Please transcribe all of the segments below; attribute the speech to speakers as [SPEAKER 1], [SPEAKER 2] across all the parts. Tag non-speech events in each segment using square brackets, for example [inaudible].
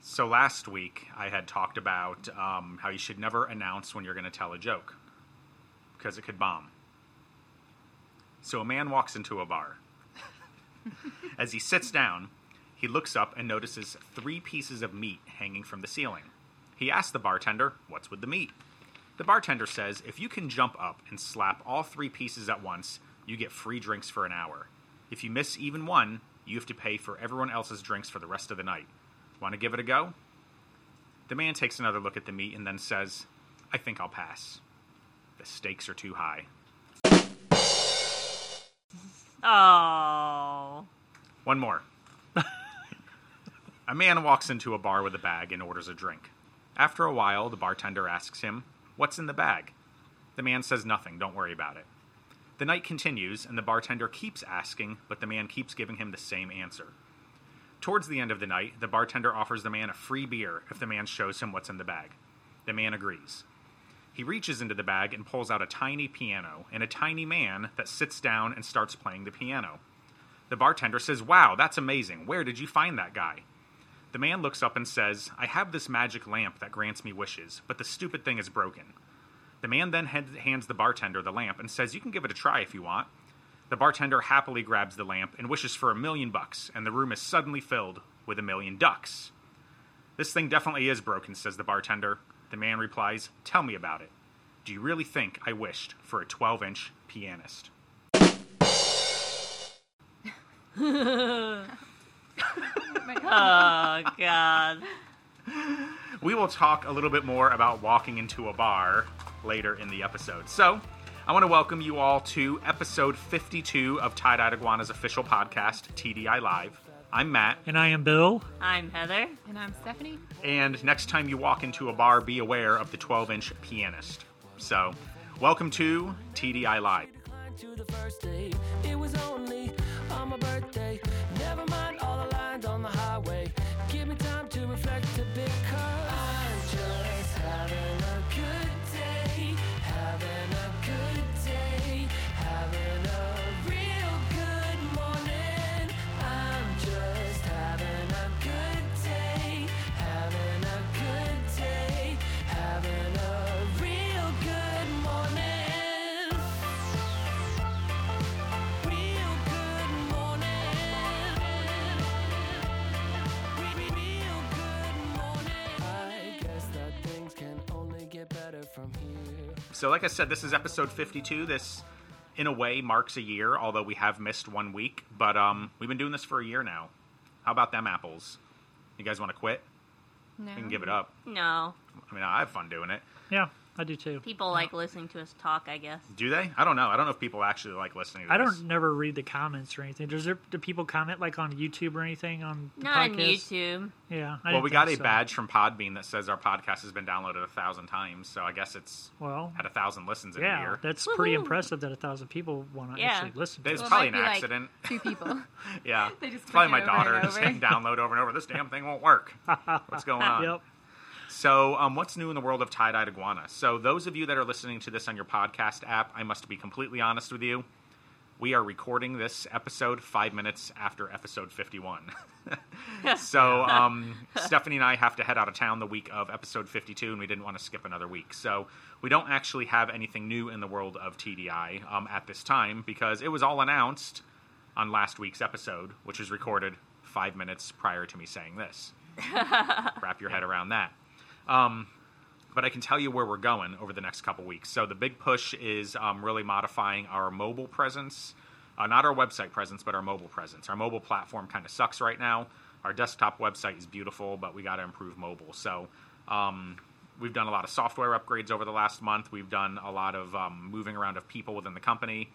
[SPEAKER 1] So last week I had talked about um, how you should never announce when you're going to tell a joke because it could bomb. So a man walks into a bar. As he sits down, he looks up and notices three pieces of meat hanging from the ceiling. He asks the bartender, What's with the meat? The bartender says, If you can jump up and slap all three pieces at once, you get free drinks for an hour. If you miss even one, you have to pay for everyone else's drinks for the rest of the night. Want to give it a go? The man takes another look at the meat and then says, I think I'll pass. The stakes are too high.
[SPEAKER 2] Oh.
[SPEAKER 1] One more. a man walks into a bar with a bag and orders a drink. After a while, the bartender asks him, What's in the bag? The man says nothing, don't worry about it. The night continues, and the bartender keeps asking, but the man keeps giving him the same answer. Towards the end of the night, the bartender offers the man a free beer if the man shows him what's in the bag. The man agrees. He reaches into the bag and pulls out a tiny piano and a tiny man that sits down and starts playing the piano. The bartender says, Wow, that's amazing. Where did you find that guy? The man looks up and says, I have this magic lamp that grants me wishes, but the stupid thing is broken. The man then hand- hands the bartender the lamp and says, You can give it a try if you want. The bartender happily grabs the lamp and wishes for a million bucks, and the room is suddenly filled with a million ducks. This thing definitely is broken, says the bartender. The man replies, Tell me about it. Do you really think I wished for a 12 inch pianist?
[SPEAKER 2] Oh god.
[SPEAKER 1] We will talk a little bit more about walking into a bar later in the episode. So, I want to welcome you all to episode 52 of Tie Dyed Iguana's official podcast, TDI Live. I'm Matt,
[SPEAKER 3] And I am Bill.
[SPEAKER 2] I'm Heather.
[SPEAKER 4] And I'm Stephanie.
[SPEAKER 1] and next time you walk into a bar, be aware of the 12 inch pianist. So, welcome to TDI Live.
[SPEAKER 5] Declined to the first date. It was only on my birthday. Never mind all the lines on the highway. Give me time to reflect a bit, cause I'm just having a good day. Having a good day. Having a real good morning. I'm just having a good day. Having a good day. Having a real good morning. Real good morning. Real good morning. I guess that things can only get better from here.
[SPEAKER 1] So, like I said, this is episode 52. This, in a way, marks a year, although we have missed one week. But um, we've been doing this for a year now. How about them apples? You guys want to quit?
[SPEAKER 4] No.
[SPEAKER 1] We can give it up.
[SPEAKER 2] No.
[SPEAKER 1] I mean, I have fun doing it.
[SPEAKER 3] Yeah, I do too.
[SPEAKER 2] People like listening to us talk, I guess.
[SPEAKER 1] Do they? I don't know. I don't know if people actually like listening to
[SPEAKER 3] I
[SPEAKER 1] this.
[SPEAKER 3] don't never read the comments or anything. Does there do people comment like on YouTube or anything on the
[SPEAKER 2] Not
[SPEAKER 3] podcast?
[SPEAKER 2] on YouTube.
[SPEAKER 3] Yeah. I
[SPEAKER 1] Well,
[SPEAKER 3] didn't
[SPEAKER 1] we got a
[SPEAKER 3] think so.
[SPEAKER 1] badge from Podbean that says our podcast has been downloaded a thousand times. So I guess it's
[SPEAKER 3] Well,
[SPEAKER 1] had a thousand listens in a [laughs]
[SPEAKER 3] yeah,
[SPEAKER 1] year.
[SPEAKER 3] that's pretty
[SPEAKER 2] Woohoo.
[SPEAKER 3] impressive that a thousand people want to
[SPEAKER 2] Yeah.
[SPEAKER 3] actually listen. to
[SPEAKER 1] It's
[SPEAKER 3] us.
[SPEAKER 4] Well,
[SPEAKER 1] probably
[SPEAKER 4] it might
[SPEAKER 1] an
[SPEAKER 4] be, like,
[SPEAKER 1] accident.
[SPEAKER 4] Two people.
[SPEAKER 1] [laughs] yeah,
[SPEAKER 4] They just
[SPEAKER 1] it's probably my
[SPEAKER 4] click it over
[SPEAKER 1] daughter
[SPEAKER 4] and
[SPEAKER 1] just
[SPEAKER 4] over.
[SPEAKER 1] saying download over and over. This damn thing won't work. [laughs] What's going on?
[SPEAKER 3] Yep.
[SPEAKER 1] So, um, what's new in the world of tie dyed iguana? So, those of you that are listening to this on your podcast app, I must be completely honest with you. We are recording this episode five minutes after episode 51. [laughs] so, um, Stephanie and I have to head out of town the week of episode 52, and we didn't want to skip another week. So, we don't actually have anything new in the world of TDI um, at this time because it was all announced on last week's episode, which was recorded five minutes prior to me saying this. Wrap your head around that but I can tell you where we're going over the next couple weeks. So the big push is um, really modifying our mobile presence, uh, not our website presence, but our mobile presence. Our mobile platform kind of sucks right now. Our desktop website is beautiful, but we got to improve mobile. So um, we've done a lot of software upgrades over the last month. We've done a lot of um, moving around of people within the company,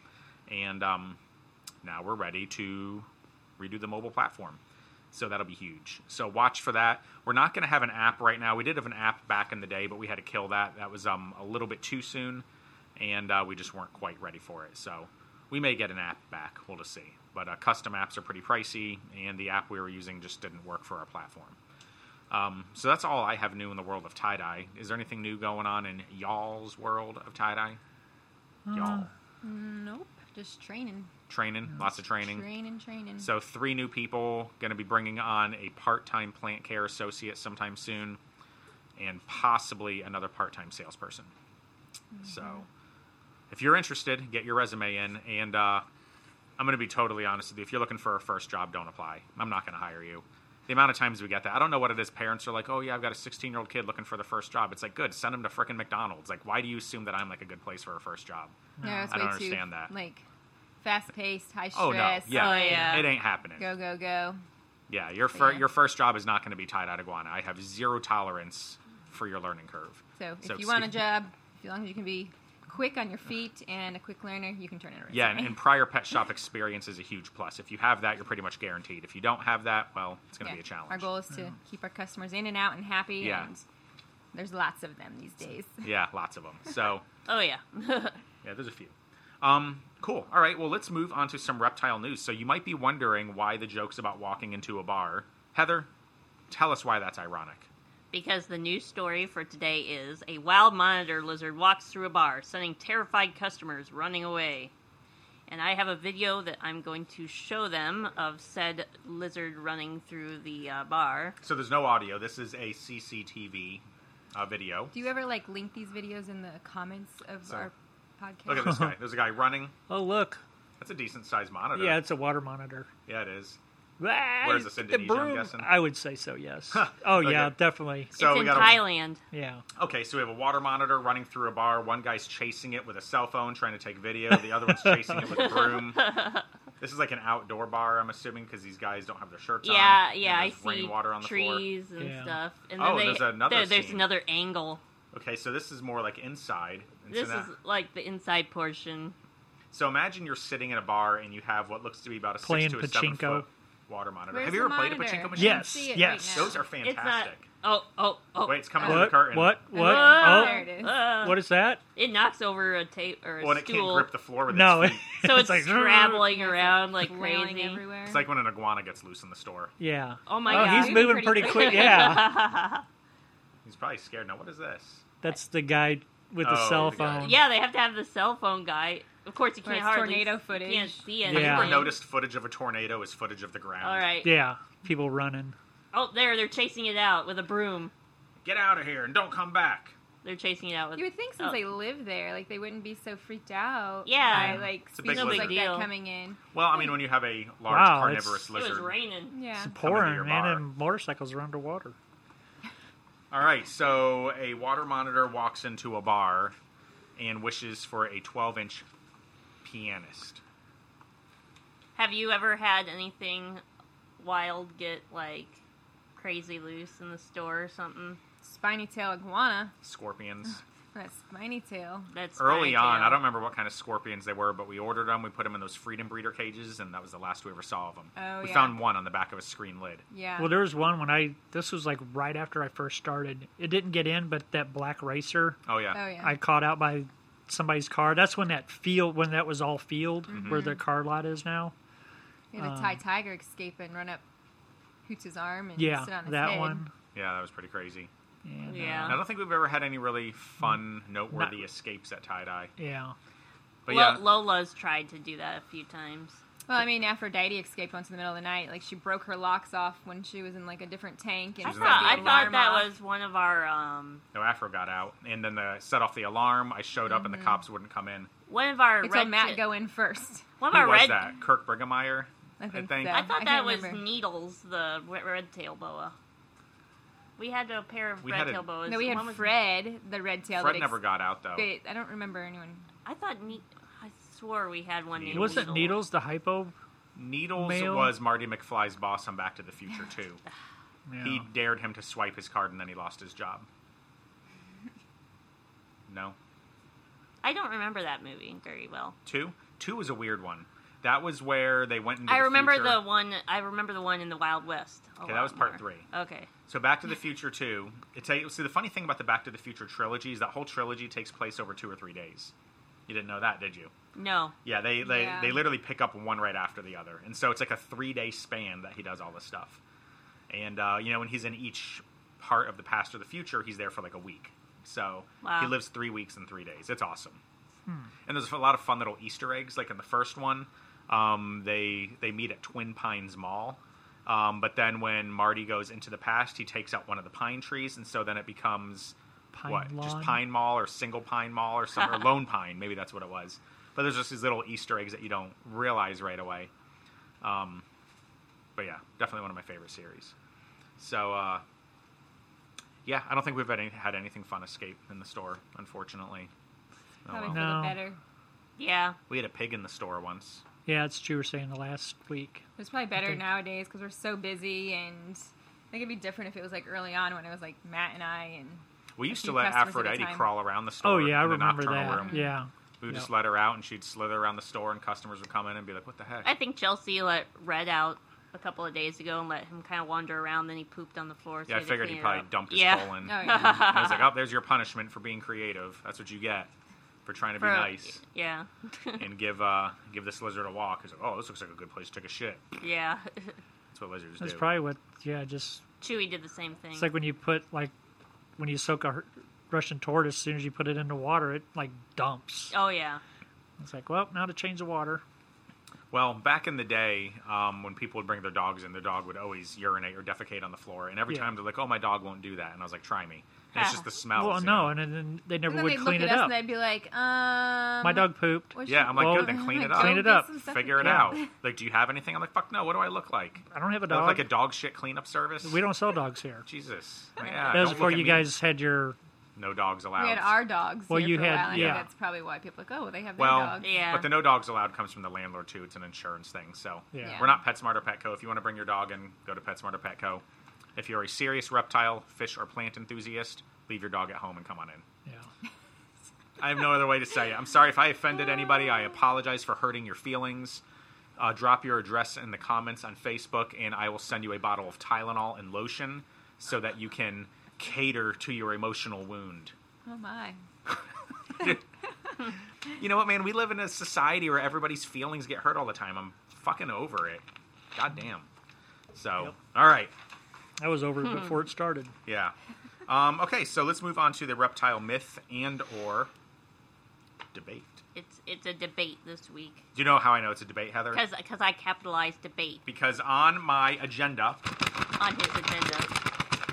[SPEAKER 1] and um, now we're ready to redo the mobile platform. So that'll be huge. So watch for that. We're not going to have an app right now. We did have an app back in the day, but we had to kill that. That was um, a little bit too soon, and uh, we just weren't quite ready for it. So we may get an app back. We'll just see. But uh, custom apps are pretty pricey, and the app we were using just didn't work for our platform. Um, so that's all I have new in the world of tie dye. Is there anything new going on in y'all's world of tie dye? Y'all
[SPEAKER 4] Nope. Just training.
[SPEAKER 1] Training, lots of training.
[SPEAKER 4] Training, training.
[SPEAKER 1] So three new people going to be bringing on a part-time plant care associate sometime soon, and possibly another part-time salesperson. So, if you're interested, get your resume in. And uh, I'm going to be totally honest with you: if you're looking for a first job, don't apply. I'm not going to hire you. The amount of times we get that, I don't know what it is. Parents are like, "Oh yeah, I've got a 16-year-old kid looking for the first job." It's like, good, send him to frickin' McDonald's. Like, why do you assume that I'm like a good place for a first job?
[SPEAKER 4] no, it's
[SPEAKER 1] I
[SPEAKER 4] way
[SPEAKER 1] don't
[SPEAKER 4] too
[SPEAKER 1] understand that.
[SPEAKER 4] like fast paced, high stress.
[SPEAKER 1] Oh no, yeah,
[SPEAKER 2] Oh, yeah.
[SPEAKER 1] it ain't happening.
[SPEAKER 4] Go go go.
[SPEAKER 1] Yeah, your fir-
[SPEAKER 4] yeah.
[SPEAKER 1] your first job is not going to be tied out iguana. I have zero tolerance for your learning curve.
[SPEAKER 4] So if
[SPEAKER 1] So
[SPEAKER 4] you want a
[SPEAKER 1] excuse-
[SPEAKER 4] job, as long as you can be quick on your feet and a quick learner, you can turn it around.
[SPEAKER 1] Yeah, and, and prior pet shop experience is a huge plus. If you have that, you're pretty much guaranteed. If you don't have that, well, it's going to be a challenge.
[SPEAKER 4] Our goal is to keep our customers in and out and happy.
[SPEAKER 1] Yeah.
[SPEAKER 4] And there's lots of them these days.
[SPEAKER 1] Yeah, lots of them. So
[SPEAKER 2] Oh yeah. [laughs]
[SPEAKER 1] yeah, there's a few. Um, cool. All right. Well, let's move on to some reptile news. So you might be wondering why the jokes about walking into a bar. Heather, tell us why that's ironic.
[SPEAKER 2] because the news story for today is a wild monitor lizard walks through a bar, sending terrified customers running away. And I have a video that I'm going to show them of said lizard running through the uh, bar.
[SPEAKER 1] So there's no audio. This is a CCTV uh, video.
[SPEAKER 4] Do you ever like link these videos in the comments of
[SPEAKER 1] So-
[SPEAKER 4] our podcast?
[SPEAKER 1] Look at
[SPEAKER 4] [laughs]
[SPEAKER 1] this guy. There's a guy running.
[SPEAKER 3] Oh look,
[SPEAKER 1] That's a decent sized monitor.
[SPEAKER 3] yeah, it's a water monitor.
[SPEAKER 1] Yeah, it is.
[SPEAKER 3] Where's
[SPEAKER 1] Uh-huh. this, Indonesia, I'm guessing?
[SPEAKER 3] I would say so. Yes. oh yeah,
[SPEAKER 1] Okay.
[SPEAKER 3] definitely.
[SPEAKER 1] So
[SPEAKER 2] it's
[SPEAKER 1] we
[SPEAKER 2] in
[SPEAKER 1] got a-
[SPEAKER 2] Thailand.
[SPEAKER 3] Yeah.
[SPEAKER 1] Okay, so we have a water monitor running through a bar. One guy's chasing it with a cell phone, trying to take video. The other one's chasing it with a
[SPEAKER 2] [laughs]
[SPEAKER 1] broom. This is like an outdoor bar, I'm assuming, because these guys don't have their shirts on.
[SPEAKER 2] Yeah,
[SPEAKER 1] and
[SPEAKER 2] yeah, I
[SPEAKER 1] there's
[SPEAKER 2] see
[SPEAKER 1] rainwater on the floor.
[SPEAKER 2] trees and
[SPEAKER 3] Yeah.
[SPEAKER 2] stuff. And
[SPEAKER 1] Oh,
[SPEAKER 2] they-
[SPEAKER 1] there's another
[SPEAKER 2] there- there's
[SPEAKER 1] scene.
[SPEAKER 2] another angle.
[SPEAKER 1] Okay, so this is more like inside. And
[SPEAKER 2] This
[SPEAKER 1] so, now-
[SPEAKER 2] is like the inside portion.
[SPEAKER 1] so imagine you're sitting in a bar and you have what looks to be about a
[SPEAKER 3] Playing
[SPEAKER 1] six to a seven
[SPEAKER 3] pachinko.
[SPEAKER 1] foot water monitor.
[SPEAKER 4] Where's
[SPEAKER 1] have you ever
[SPEAKER 4] the
[SPEAKER 1] played a
[SPEAKER 4] monitor?
[SPEAKER 1] pachinko machine?
[SPEAKER 4] I
[SPEAKER 3] Yes,
[SPEAKER 4] can see it
[SPEAKER 3] yes.
[SPEAKER 4] Right
[SPEAKER 1] Those are
[SPEAKER 2] It's not.
[SPEAKER 1] fantastic.
[SPEAKER 2] Oh, oh, oh.
[SPEAKER 1] Wait, it's coming through the
[SPEAKER 3] What?
[SPEAKER 1] curtain.
[SPEAKER 3] What? What?
[SPEAKER 4] Ah, there
[SPEAKER 3] Oh,
[SPEAKER 4] it is.
[SPEAKER 2] Uh,
[SPEAKER 3] what is that?
[SPEAKER 2] It knocks over a tape or a
[SPEAKER 1] Well, and it can't
[SPEAKER 2] stool,
[SPEAKER 1] grip the floor with
[SPEAKER 3] No.
[SPEAKER 1] its
[SPEAKER 3] [laughs]
[SPEAKER 1] feet.
[SPEAKER 2] so it's,
[SPEAKER 3] like
[SPEAKER 2] scrabbling around like
[SPEAKER 4] Flailing
[SPEAKER 2] crazy.
[SPEAKER 4] everywhere.
[SPEAKER 1] It's like when an iguana gets loose in the store.
[SPEAKER 3] [laughs] Yeah.
[SPEAKER 2] Oh my
[SPEAKER 3] oh,
[SPEAKER 2] god!
[SPEAKER 3] he's moving pretty, quick. Yeah.
[SPEAKER 1] He's probably scared. Now, what is this?
[SPEAKER 3] That's the guy with
[SPEAKER 1] Oh,
[SPEAKER 3] the cell
[SPEAKER 1] the guy.
[SPEAKER 2] [laughs]
[SPEAKER 3] phone.
[SPEAKER 2] yeah, they have to have the cell phone guy. Of course, you
[SPEAKER 4] Or
[SPEAKER 2] can't
[SPEAKER 4] it's
[SPEAKER 2] hardly
[SPEAKER 4] tornado
[SPEAKER 2] you
[SPEAKER 4] footage.
[SPEAKER 2] can't see
[SPEAKER 1] Have
[SPEAKER 2] anything.
[SPEAKER 1] you
[SPEAKER 3] Yeah.
[SPEAKER 1] ever noticed footage of a tornado is footage of the ground?
[SPEAKER 2] All right.
[SPEAKER 3] Yeah. People running.
[SPEAKER 2] Oh, there they're chasing it out with a broom.
[SPEAKER 1] Get out of here and don't come back.
[SPEAKER 2] They're chasing it out with.
[SPEAKER 4] You would think since
[SPEAKER 2] oh.
[SPEAKER 4] they live there, like they wouldn't be so freaked out.
[SPEAKER 2] Yeah.
[SPEAKER 4] By, like
[SPEAKER 1] a big
[SPEAKER 4] species like
[SPEAKER 2] lizard.
[SPEAKER 4] that
[SPEAKER 2] Deal.
[SPEAKER 4] coming in.
[SPEAKER 1] Well, I mean, when you have a large
[SPEAKER 3] Wow,
[SPEAKER 1] carnivorous
[SPEAKER 3] it's-
[SPEAKER 2] It was
[SPEAKER 1] lizard.
[SPEAKER 2] raining.
[SPEAKER 4] Yeah.
[SPEAKER 3] It's
[SPEAKER 1] Coming to your
[SPEAKER 3] pouring, man,
[SPEAKER 1] bar.
[SPEAKER 3] and motorcycles are underwater.
[SPEAKER 1] All right, so a water monitor walks into a bar and wishes for a 12 inch pianist.
[SPEAKER 2] Have you ever had anything wild get like crazy loose in the store or something?
[SPEAKER 4] Spiny tail iguana.
[SPEAKER 1] Scorpions.
[SPEAKER 4] That spiny tail.
[SPEAKER 2] That's
[SPEAKER 1] Early
[SPEAKER 2] spiny
[SPEAKER 1] on,
[SPEAKER 2] tail.
[SPEAKER 1] I don't remember what kind of scorpions they were, but we ordered them. We put them in those freedom breeder cages, and that was the last we ever saw of them.
[SPEAKER 4] Oh,
[SPEAKER 1] we
[SPEAKER 4] yeah.
[SPEAKER 1] found one on the back of a screen lid.
[SPEAKER 4] Yeah.
[SPEAKER 3] Well, there was one when I. This was like right after I first started. It didn't get in, but that black racer
[SPEAKER 1] Oh, yeah.
[SPEAKER 4] oh yeah.
[SPEAKER 3] I caught out by somebody's car. That's when that field, when that was all field,
[SPEAKER 1] Mm-hmm.
[SPEAKER 3] where the car lot is now.
[SPEAKER 4] yeah the
[SPEAKER 2] um,
[SPEAKER 4] Thai tiger escape and run up Hoots' arm and
[SPEAKER 3] Yeah,
[SPEAKER 4] sit on his
[SPEAKER 3] that
[SPEAKER 4] head.
[SPEAKER 3] one.
[SPEAKER 1] Yeah, that was pretty crazy.
[SPEAKER 3] And, uh,
[SPEAKER 2] Yeah.
[SPEAKER 1] I don't think we've ever had any really fun, noteworthy escapes at tie dye.
[SPEAKER 3] yeah.
[SPEAKER 1] But
[SPEAKER 2] Lo-
[SPEAKER 1] yeah,
[SPEAKER 2] Lola's tried to do that a few times.
[SPEAKER 4] Well, I mean, Aphrodite escaped once in the middle of the night. Like she broke her locks off when she was in like a different tank. And
[SPEAKER 2] I
[SPEAKER 1] was
[SPEAKER 4] set
[SPEAKER 2] thought,
[SPEAKER 4] the
[SPEAKER 2] I thought
[SPEAKER 4] alarm
[SPEAKER 2] that
[SPEAKER 4] off.
[SPEAKER 2] was one of our um,
[SPEAKER 1] No, Afro got out, and then the set off the alarm. I showed up,
[SPEAKER 2] Mm-hmm.
[SPEAKER 1] and the cops wouldn't come in.
[SPEAKER 2] one of our
[SPEAKER 4] It's
[SPEAKER 2] red
[SPEAKER 4] on Matt
[SPEAKER 2] ti-
[SPEAKER 4] go in first.
[SPEAKER 2] one of
[SPEAKER 1] Who
[SPEAKER 2] our
[SPEAKER 1] was
[SPEAKER 2] red.
[SPEAKER 1] that? Kirk Brigemeyer.
[SPEAKER 4] I think,
[SPEAKER 1] think-
[SPEAKER 4] so.
[SPEAKER 2] I thought
[SPEAKER 4] can't
[SPEAKER 2] that was
[SPEAKER 4] remember.
[SPEAKER 2] Needles, the red, red tail boa. We had a pair of
[SPEAKER 1] We
[SPEAKER 2] red
[SPEAKER 1] had a-
[SPEAKER 2] tail boas.
[SPEAKER 4] No, we had
[SPEAKER 2] One was-
[SPEAKER 4] Fred, the red tail.
[SPEAKER 1] Fred
[SPEAKER 4] that
[SPEAKER 1] never got out Oh, though.
[SPEAKER 4] escaped. I don't remember anyone.
[SPEAKER 2] I thought ne- I swore we had one. named
[SPEAKER 1] It
[SPEAKER 3] It wasn't
[SPEAKER 2] Needle.
[SPEAKER 3] needles. The hypo.
[SPEAKER 1] Needles
[SPEAKER 3] Male.
[SPEAKER 1] was Marty McFly's boss on Back to the
[SPEAKER 2] [laughs]
[SPEAKER 1] Future too.
[SPEAKER 3] Yeah.
[SPEAKER 1] He dared him to swipe his card, and then he lost his
[SPEAKER 2] [laughs]
[SPEAKER 1] job. No,
[SPEAKER 2] I don't remember that movie very well.
[SPEAKER 1] two. Two was a weird one. That was where they went into.
[SPEAKER 2] I
[SPEAKER 1] the
[SPEAKER 2] remember
[SPEAKER 1] future.
[SPEAKER 2] the one. I remember the one in the Wild West. a
[SPEAKER 1] Okay, that
[SPEAKER 2] lot
[SPEAKER 1] was part
[SPEAKER 2] more.
[SPEAKER 1] three.
[SPEAKER 2] Okay.
[SPEAKER 1] So Back to the Future Two. It's a, see the funny thing about the Back to the Future trilogy is that whole trilogy takes place over two or three days. You didn't know that, did you?
[SPEAKER 2] No.
[SPEAKER 1] Yeah, they they,
[SPEAKER 4] Yeah.
[SPEAKER 1] they literally pick up one right after the other, and so it's like a three day span that he does all this stuff. And uh, you know, when he's in each part of the past or the future, he's there for like a week. So
[SPEAKER 2] Wow.
[SPEAKER 1] he lives three weeks in three days. It's awesome. And there's a lot of fun little Easter eggs. Like in the first one, Um, they they meet at Twin Pines Mall. Um, but then when Marty goes into the past, he takes out one of the pine trees, and so then it becomes
[SPEAKER 3] Pine
[SPEAKER 1] what? Just
[SPEAKER 3] Lawn?
[SPEAKER 1] Pine Mall or Single Pine Mall or
[SPEAKER 3] [laughs]
[SPEAKER 1] some or Lone Pine. Maybe that's what it was. But there's just these little Easter eggs that you don't realize right away. Um, but yeah, definitely one of my favorite series. So uh, yeah, I don't think we've had, any, had anything fun escape in the store, unfortunately. Oh,
[SPEAKER 4] Probably
[SPEAKER 1] well.
[SPEAKER 4] for
[SPEAKER 3] No.
[SPEAKER 4] the better.
[SPEAKER 2] Yeah.
[SPEAKER 1] We had a pig in the store once.
[SPEAKER 3] Yeah, that's what you were saying the last week.
[SPEAKER 4] It's probably better
[SPEAKER 3] think-
[SPEAKER 4] nowadays because we're so busy and I think it'd be different if it was like early on when it was like Matt and I and
[SPEAKER 1] We used to
[SPEAKER 4] few
[SPEAKER 1] let
[SPEAKER 4] customers at a
[SPEAKER 1] Aphrodite
[SPEAKER 4] time.
[SPEAKER 1] crawl around the
[SPEAKER 3] Oh
[SPEAKER 1] store.
[SPEAKER 3] yeah, I
[SPEAKER 1] in the
[SPEAKER 3] remember
[SPEAKER 1] nocturnal
[SPEAKER 3] that.
[SPEAKER 1] Room.
[SPEAKER 3] Yeah.
[SPEAKER 1] We would just
[SPEAKER 3] Yeah.
[SPEAKER 1] let her out, and she'd slither around the store, and customers would come in and be like, "What the heck?"
[SPEAKER 2] I think Chelsea let Red out a couple of days ago and let him kind of wander around. Then he pooped on the floor. So
[SPEAKER 1] yeah, I
[SPEAKER 2] we had to
[SPEAKER 1] figured he
[SPEAKER 2] clean it
[SPEAKER 1] probably
[SPEAKER 2] up.
[SPEAKER 1] dumped his
[SPEAKER 2] yeah.
[SPEAKER 1] colon.
[SPEAKER 4] Oh,
[SPEAKER 1] And
[SPEAKER 4] yeah.
[SPEAKER 1] I was like, "Oh, there's your punishment for being creative. That's what you get for trying to be
[SPEAKER 2] For-
[SPEAKER 4] [laughs]
[SPEAKER 1] nice
[SPEAKER 2] Yeah. [laughs]
[SPEAKER 1] and give uh, give this lizard a walk." He's like, "Oh, this looks like a good place to take a shit."
[SPEAKER 2] yeah. [laughs]
[SPEAKER 1] That's what lizards
[SPEAKER 3] That's
[SPEAKER 1] do.
[SPEAKER 3] probably what. Yeah, just
[SPEAKER 2] Chewy did the same
[SPEAKER 1] Mm-hmm.
[SPEAKER 2] thing.
[SPEAKER 3] it's like when you put like when you soak a hu- Russian tortoise. As soon as you put it in the water, it like dumps.
[SPEAKER 2] oh, yeah.
[SPEAKER 3] It's like, well, now to change the water.
[SPEAKER 1] Well, back in the day, um, when people would bring their dogs in, their dog would always urinate or defecate on the floor, and every
[SPEAKER 3] Yeah.
[SPEAKER 1] time they're like, "Oh, my dog won't do that," and I was like, "Try me." And it's just the
[SPEAKER 4] Ah.
[SPEAKER 1] smell.
[SPEAKER 3] well, no, and then they never
[SPEAKER 4] And then
[SPEAKER 3] would
[SPEAKER 4] they'd
[SPEAKER 3] clean it
[SPEAKER 4] look at us
[SPEAKER 3] up.
[SPEAKER 4] and they'd be like, um,
[SPEAKER 3] My dog pooped.
[SPEAKER 4] what
[SPEAKER 1] Yeah,
[SPEAKER 4] should-
[SPEAKER 1] I'm like,
[SPEAKER 3] Well,
[SPEAKER 1] good,
[SPEAKER 4] [laughs]
[SPEAKER 1] then clean it up.
[SPEAKER 4] like, go
[SPEAKER 3] Clean it
[SPEAKER 4] get
[SPEAKER 3] up.
[SPEAKER 4] some stuff
[SPEAKER 1] Figure it
[SPEAKER 4] to-
[SPEAKER 1] out.
[SPEAKER 4] [laughs]
[SPEAKER 1] Like, do you have anything? I'm like, fuck no. What do I look like?
[SPEAKER 3] I don't have
[SPEAKER 1] I
[SPEAKER 3] a
[SPEAKER 1] look
[SPEAKER 3] dog.
[SPEAKER 1] like a dog shit cleanup service.
[SPEAKER 3] [laughs] we don't sell dogs here.
[SPEAKER 4] [laughs]
[SPEAKER 1] Jesus. Yeah.
[SPEAKER 3] that was
[SPEAKER 1] don't
[SPEAKER 3] before
[SPEAKER 1] look at
[SPEAKER 3] you
[SPEAKER 1] me.
[SPEAKER 3] guys had your.
[SPEAKER 1] No dogs allowed.
[SPEAKER 4] We had our dogs.
[SPEAKER 3] Well,
[SPEAKER 4] here
[SPEAKER 3] you
[SPEAKER 4] for a
[SPEAKER 3] had-
[SPEAKER 4] while, and I
[SPEAKER 3] yeah.
[SPEAKER 4] think that's probably why people are like, oh, they have
[SPEAKER 1] well,
[SPEAKER 4] their dogs.
[SPEAKER 2] Yeah.
[SPEAKER 1] but the no dogs allowed comes from the landlord too. It's an insurance thing. So
[SPEAKER 3] Yeah.
[SPEAKER 4] Yeah.
[SPEAKER 1] we're not PetSmart or Petco. If you want to bring your dog in, go to PetSmart or Petco. If you're a serious reptile, fish, or plant enthusiast, leave your dog at home and come on in. [laughs]
[SPEAKER 3] Yeah.
[SPEAKER 1] I have no other way to say it. I'm sorry if I offended anybody. I apologize for hurting your feelings. Uh, drop your address in the comments on Facebook, and I will send you a bottle of Tylenol and lotion so that you can cater to your emotional wound.
[SPEAKER 4] Oh my.
[SPEAKER 1] You know what, man? We live in a society where everybody's feelings get hurt all the time. I'm fucking over it. God damn. So,
[SPEAKER 3] Yep.
[SPEAKER 1] all right.
[SPEAKER 3] I was over
[SPEAKER 1] Hmm.
[SPEAKER 3] before it started.
[SPEAKER 1] Yeah. Um, okay, so let's move on to the reptile myth and or debate.
[SPEAKER 2] It's it's a debate this week.
[SPEAKER 1] Do you know how I know it's a debate, Heather?
[SPEAKER 2] Because I capitalized debate
[SPEAKER 1] Because on my agenda,
[SPEAKER 2] on his agenda.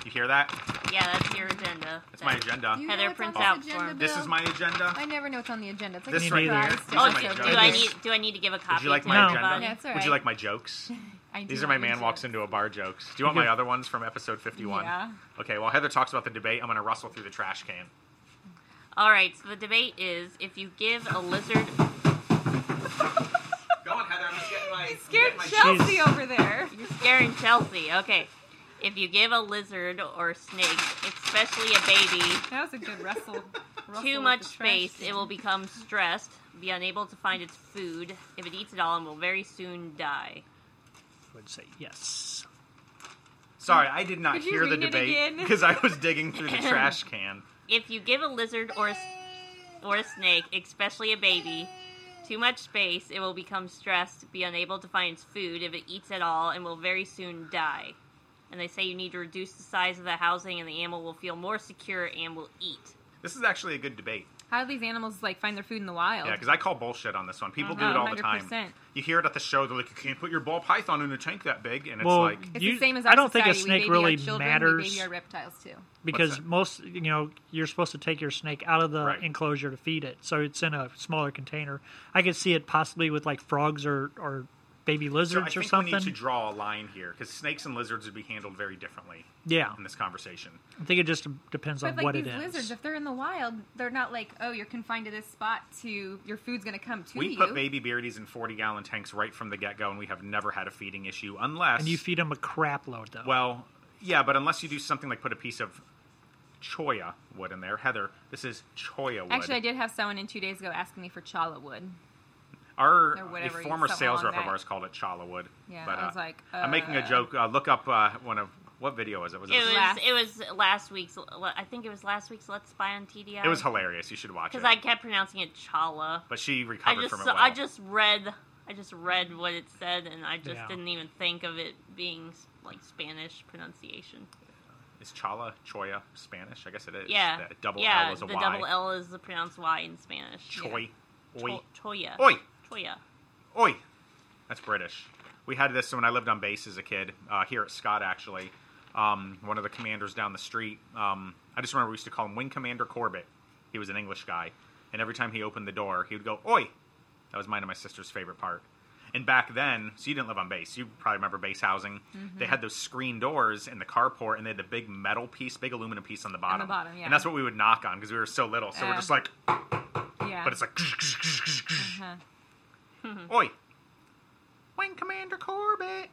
[SPEAKER 1] you hear that?
[SPEAKER 2] Yeah, that's your agenda.
[SPEAKER 1] That's my
[SPEAKER 2] That-
[SPEAKER 1] agenda.
[SPEAKER 4] Do you
[SPEAKER 2] Heather
[SPEAKER 4] know what's on
[SPEAKER 2] prints
[SPEAKER 4] this
[SPEAKER 2] out
[SPEAKER 4] agenda,
[SPEAKER 2] for 'em.
[SPEAKER 1] This is
[SPEAKER 4] Bill?
[SPEAKER 1] my agenda.
[SPEAKER 4] I never know what's on the agenda. It's like
[SPEAKER 1] This
[SPEAKER 4] a
[SPEAKER 3] right here.
[SPEAKER 4] surprise to
[SPEAKER 1] These
[SPEAKER 2] Oh,
[SPEAKER 1] are my
[SPEAKER 4] us.
[SPEAKER 2] so
[SPEAKER 1] jokes.
[SPEAKER 2] do I need do I need to give a
[SPEAKER 1] Would
[SPEAKER 2] copy?
[SPEAKER 1] you like
[SPEAKER 2] to
[SPEAKER 1] my
[SPEAKER 3] No.
[SPEAKER 1] agenda?
[SPEAKER 2] everybody?
[SPEAKER 4] That's all
[SPEAKER 1] Would you
[SPEAKER 4] right.
[SPEAKER 1] like my
[SPEAKER 4] [laughs]
[SPEAKER 1] jokes?
[SPEAKER 4] I
[SPEAKER 1] These
[SPEAKER 4] do
[SPEAKER 1] are my
[SPEAKER 4] like
[SPEAKER 1] man
[SPEAKER 4] jokes.
[SPEAKER 1] walks into a bar jokes. Do you
[SPEAKER 4] [laughs]
[SPEAKER 1] want my other ones from episode 51?
[SPEAKER 4] Yeah.
[SPEAKER 1] Okay, while Heather talks about the debate, I'm going to rustle through the trash can.
[SPEAKER 2] All right. So the debate is if you give a lizard.
[SPEAKER 1] Go on, Heather. I'm just getting my.
[SPEAKER 4] He scared
[SPEAKER 1] my
[SPEAKER 4] Chelsea over there.
[SPEAKER 2] You're scaring Chelsea. Okay. If you give a lizard or snake, especially a baby,
[SPEAKER 4] That was a good
[SPEAKER 2] [laughs]
[SPEAKER 4] wrestle. wrestle
[SPEAKER 2] too
[SPEAKER 4] with
[SPEAKER 2] much
[SPEAKER 4] the trash
[SPEAKER 2] space,
[SPEAKER 4] can.
[SPEAKER 2] it will become stressed, be unable to find its food. If it eats it all, and will very soon die.
[SPEAKER 3] I would say yes.
[SPEAKER 1] Sorry, I did not
[SPEAKER 4] Could you
[SPEAKER 1] hear the
[SPEAKER 4] read it
[SPEAKER 1] debate
[SPEAKER 4] again?
[SPEAKER 1] because I was digging
[SPEAKER 4] [laughs]
[SPEAKER 1] through the trash can.
[SPEAKER 2] If you give a lizard or a, s- or a snake, especially a baby, too much space, it will become stressed, be unable to find its food if it eats at all, and will very soon die. And they say you need to reduce the size of the housing, and the animal will feel more secure and will eat.
[SPEAKER 1] This is actually a good debate.
[SPEAKER 4] How do these animals like find their food in the wild?
[SPEAKER 1] Yeah, because I call bullshit on this one. People do
[SPEAKER 4] Mhm.
[SPEAKER 1] it all the time.
[SPEAKER 4] 100%.
[SPEAKER 1] You hear it at the show. They're like, you can't put your ball python in a tank that big, and it's
[SPEAKER 3] well,
[SPEAKER 1] like,
[SPEAKER 4] It's
[SPEAKER 3] you-
[SPEAKER 4] the same as
[SPEAKER 3] I
[SPEAKER 4] our
[SPEAKER 3] don't think a
[SPEAKER 4] society. We
[SPEAKER 3] snake
[SPEAKER 4] baby
[SPEAKER 3] really
[SPEAKER 4] our children, We
[SPEAKER 3] matters
[SPEAKER 4] baby our reptiles too.
[SPEAKER 3] because
[SPEAKER 1] that?
[SPEAKER 3] most you know you're supposed to take your snake out of the
[SPEAKER 1] Right.
[SPEAKER 3] enclosure to feed it, so it's in a smaller container. I could see it possibly with like frogs or or baby
[SPEAKER 1] so I
[SPEAKER 3] lizards or
[SPEAKER 1] think we
[SPEAKER 3] something.
[SPEAKER 1] need to draw a line here because snakes and lizards would be handled very differently
[SPEAKER 3] yeah,
[SPEAKER 1] in this conversation.
[SPEAKER 3] I think it just depends on
[SPEAKER 4] But like
[SPEAKER 3] what
[SPEAKER 4] these
[SPEAKER 3] it is.
[SPEAKER 4] lizards, if they're in the wild, they're not like, oh, you're confined to this spot. To your food's gonna come to
[SPEAKER 1] We
[SPEAKER 4] you.
[SPEAKER 1] put baby beardies in 40 gallon tanks right from the get go, and we have never had a feeding issue unless.
[SPEAKER 3] and you feed them a crap load though.
[SPEAKER 1] Well, yeah, but unless you do something like put a piece of choya wood in there. Heather, this is choya wood.
[SPEAKER 4] Actually, I did have someone in two days ago asking me for chala wood.
[SPEAKER 1] Our
[SPEAKER 4] Or
[SPEAKER 1] a
[SPEAKER 4] whatever,
[SPEAKER 1] former
[SPEAKER 4] something
[SPEAKER 1] sales
[SPEAKER 4] along
[SPEAKER 1] rep of
[SPEAKER 4] that.
[SPEAKER 1] ours called it chala wood.
[SPEAKER 4] Yeah,
[SPEAKER 1] but,
[SPEAKER 4] I
[SPEAKER 1] uh,
[SPEAKER 4] was like,
[SPEAKER 1] I'm making a
[SPEAKER 4] uh,
[SPEAKER 1] joke. Uh, look up uh, one of what video was it? Was it?
[SPEAKER 2] It was
[SPEAKER 4] Last-
[SPEAKER 2] it was last week's. I think it was last week's Let's Spy on TDI.
[SPEAKER 1] it was hilarious. You should watch it.
[SPEAKER 2] because I kept pronouncing it Chala.
[SPEAKER 1] but she
[SPEAKER 2] I
[SPEAKER 1] recovered
[SPEAKER 2] just
[SPEAKER 1] from it
[SPEAKER 2] saw-
[SPEAKER 1] well.
[SPEAKER 2] I just read I just read what it said, and I just
[SPEAKER 3] Yeah.
[SPEAKER 2] didn't even think of it being like Spanish pronunciation.
[SPEAKER 1] is chala choya Spanish? I guess it is.
[SPEAKER 2] Yeah,
[SPEAKER 1] The double
[SPEAKER 2] yeah,
[SPEAKER 1] L is a
[SPEAKER 2] the
[SPEAKER 1] Y.
[SPEAKER 2] double L is the pronounced Y in Spanish.
[SPEAKER 1] Choy. Oi.
[SPEAKER 2] Cho- Choya.
[SPEAKER 1] Oi.
[SPEAKER 2] Choya.
[SPEAKER 1] Oi. That's British. We had this when I lived on base as a kid uh, here at Scott, actually. Um, one of the commanders down the street. Um, I just remember we used to call him Wing Commander Corbett. He was an English guy, and every time he opened the door, he would go "Oi." That was mine and my sister's favorite part. And back then, so you didn't live on base. You probably remember base housing.
[SPEAKER 4] Mm-hmm.
[SPEAKER 1] They had those screen doors in the carport, and they had the big metal piece, big aluminum piece on the bottom.
[SPEAKER 4] bottom, yeah.
[SPEAKER 1] And that's what we would knock on because we were so little. So we're
[SPEAKER 4] Yeah.
[SPEAKER 1] just like,
[SPEAKER 4] Yeah.
[SPEAKER 1] but it's like,
[SPEAKER 4] uh-huh.
[SPEAKER 1] Oi! Wing Commander Corbett!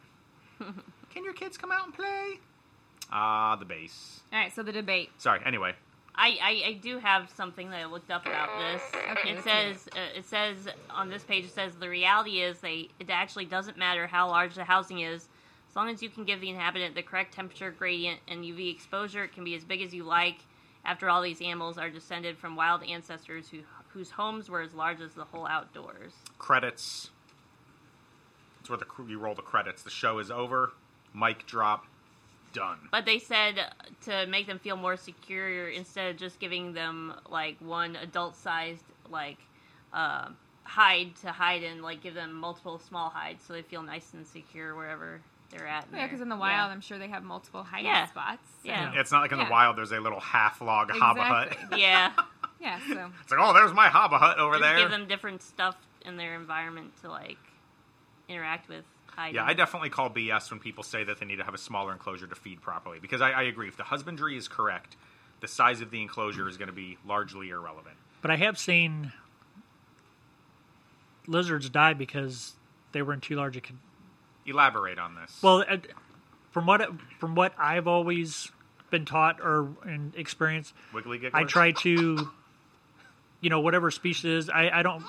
[SPEAKER 1] [laughs] Can your kids come out and play? Ah, the base.
[SPEAKER 4] All right, so the debate.
[SPEAKER 1] Sorry, anyway.
[SPEAKER 2] I, I, I do have something that I looked up about this.
[SPEAKER 4] Okay,
[SPEAKER 2] it
[SPEAKER 4] let's
[SPEAKER 2] says uh, it says on this page it says the reality is they it actually doesn't matter how large the housing is, as long as you can give the inhabitant the correct temperature gradient and UV exposure. It can be as big as you like. After all, these animals are descended from wild ancestors who whose homes were as large as the whole outdoors.
[SPEAKER 1] Credits. It's where the cr- you roll the credits. The show is over. Mic drop. Done.
[SPEAKER 2] But they said to make them feel more secure, instead of just giving them like one adult-sized like uh, hide to hide in, like give them multiple small hides so they feel nice and secure wherever they're at.
[SPEAKER 4] Yeah, because in the
[SPEAKER 2] Yeah.
[SPEAKER 4] wild, I'm sure they have multiple hiding
[SPEAKER 2] Yeah.
[SPEAKER 4] spots. so-
[SPEAKER 2] Yeah.
[SPEAKER 1] It's not like in the
[SPEAKER 4] Yeah.
[SPEAKER 1] wild there's a little half log hobba hut.
[SPEAKER 4] Exactly.
[SPEAKER 2] yeah,
[SPEAKER 4] Yeah.
[SPEAKER 3] [laughs]
[SPEAKER 4] So
[SPEAKER 1] It's like, oh, there's my hobba hut [laughs] over
[SPEAKER 2] just
[SPEAKER 1] there.
[SPEAKER 2] give them different stuff in their environment to like interact with. Hide
[SPEAKER 1] Yeah,
[SPEAKER 2] in.
[SPEAKER 1] I definitely call BS when people say that they need to have a smaller enclosure to feed properly because I, I agree. If the husbandry is correct, the size of the enclosure is going to be largely irrelevant.
[SPEAKER 3] But I have seen lizards die because they were in too large a. Con-
[SPEAKER 1] Elaborate on this.
[SPEAKER 3] well, uh, from what from what I've always been taught or in experience,
[SPEAKER 1] Wiggly Gigglers?
[SPEAKER 3] I try to, you know, whatever species it is, I, I don't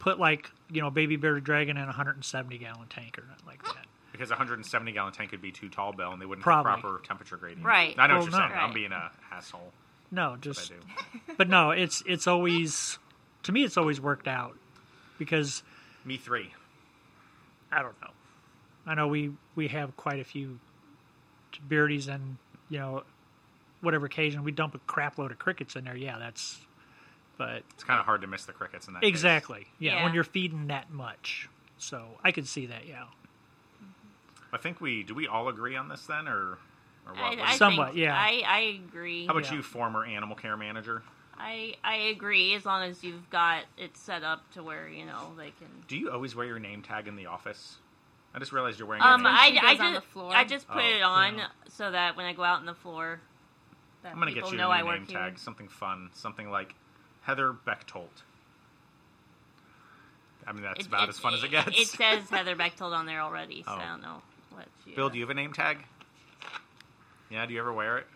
[SPEAKER 3] put like you know baby bearded dragon in a 170 gallon tank or nothing like that.
[SPEAKER 1] because a 170 gallon tank would be too tall, Bill, and they wouldn't have
[SPEAKER 3] Probably.
[SPEAKER 1] proper temperature grading.
[SPEAKER 2] Right.
[SPEAKER 1] I know
[SPEAKER 3] Well,
[SPEAKER 1] what you're
[SPEAKER 3] no.
[SPEAKER 1] saying. I'm
[SPEAKER 2] Right.
[SPEAKER 1] being a asshole.
[SPEAKER 3] No,
[SPEAKER 1] but I
[SPEAKER 3] just
[SPEAKER 1] do.
[SPEAKER 3] but no, it's it's always to me it's always worked out because
[SPEAKER 1] Me three.
[SPEAKER 3] I don't know. I know we we have quite a few beardies and you know whatever occasion we dump a crap load of crickets in there. Yeah, that's but
[SPEAKER 1] It's kind of hard to miss the crickets in that. case.
[SPEAKER 3] exactly yeah, when
[SPEAKER 2] Yeah.
[SPEAKER 3] you're feeding that much. So I can see that yeah,
[SPEAKER 1] I think we do. We all agree on this then, or or what?
[SPEAKER 2] I,
[SPEAKER 1] What
[SPEAKER 2] I
[SPEAKER 1] do you-
[SPEAKER 3] Somewhat,
[SPEAKER 2] think-
[SPEAKER 3] yeah.
[SPEAKER 2] I, I agree.
[SPEAKER 1] How about
[SPEAKER 3] yeah.
[SPEAKER 1] you, former animal care manager?
[SPEAKER 2] I I agree as long as you've got it set up to where you know they can
[SPEAKER 1] Do you always wear your name tag in the office? I just realized you're wearing. your
[SPEAKER 2] Um,
[SPEAKER 1] name
[SPEAKER 2] I,
[SPEAKER 4] It
[SPEAKER 2] I
[SPEAKER 4] goes on
[SPEAKER 2] just
[SPEAKER 4] the floor.
[SPEAKER 2] I just put
[SPEAKER 1] Oh,
[SPEAKER 2] it on
[SPEAKER 3] yeah.
[SPEAKER 2] so that when I go out on the floor, that
[SPEAKER 1] I'm gonna
[SPEAKER 2] people
[SPEAKER 1] get you
[SPEAKER 2] know
[SPEAKER 1] a
[SPEAKER 2] I
[SPEAKER 1] new
[SPEAKER 2] work
[SPEAKER 1] name
[SPEAKER 2] here.
[SPEAKER 1] tag, something fun, something like Heather Bechtold. I mean, that's
[SPEAKER 2] It-
[SPEAKER 1] about
[SPEAKER 2] it-
[SPEAKER 1] as fun as it
[SPEAKER 2] It,
[SPEAKER 1] gets. [laughs]
[SPEAKER 2] it says Heather Bechtold on there already, so
[SPEAKER 1] Oh.
[SPEAKER 2] I don't know what. She,
[SPEAKER 1] Bill, do you have a name tag? Yeah, do you ever wear it?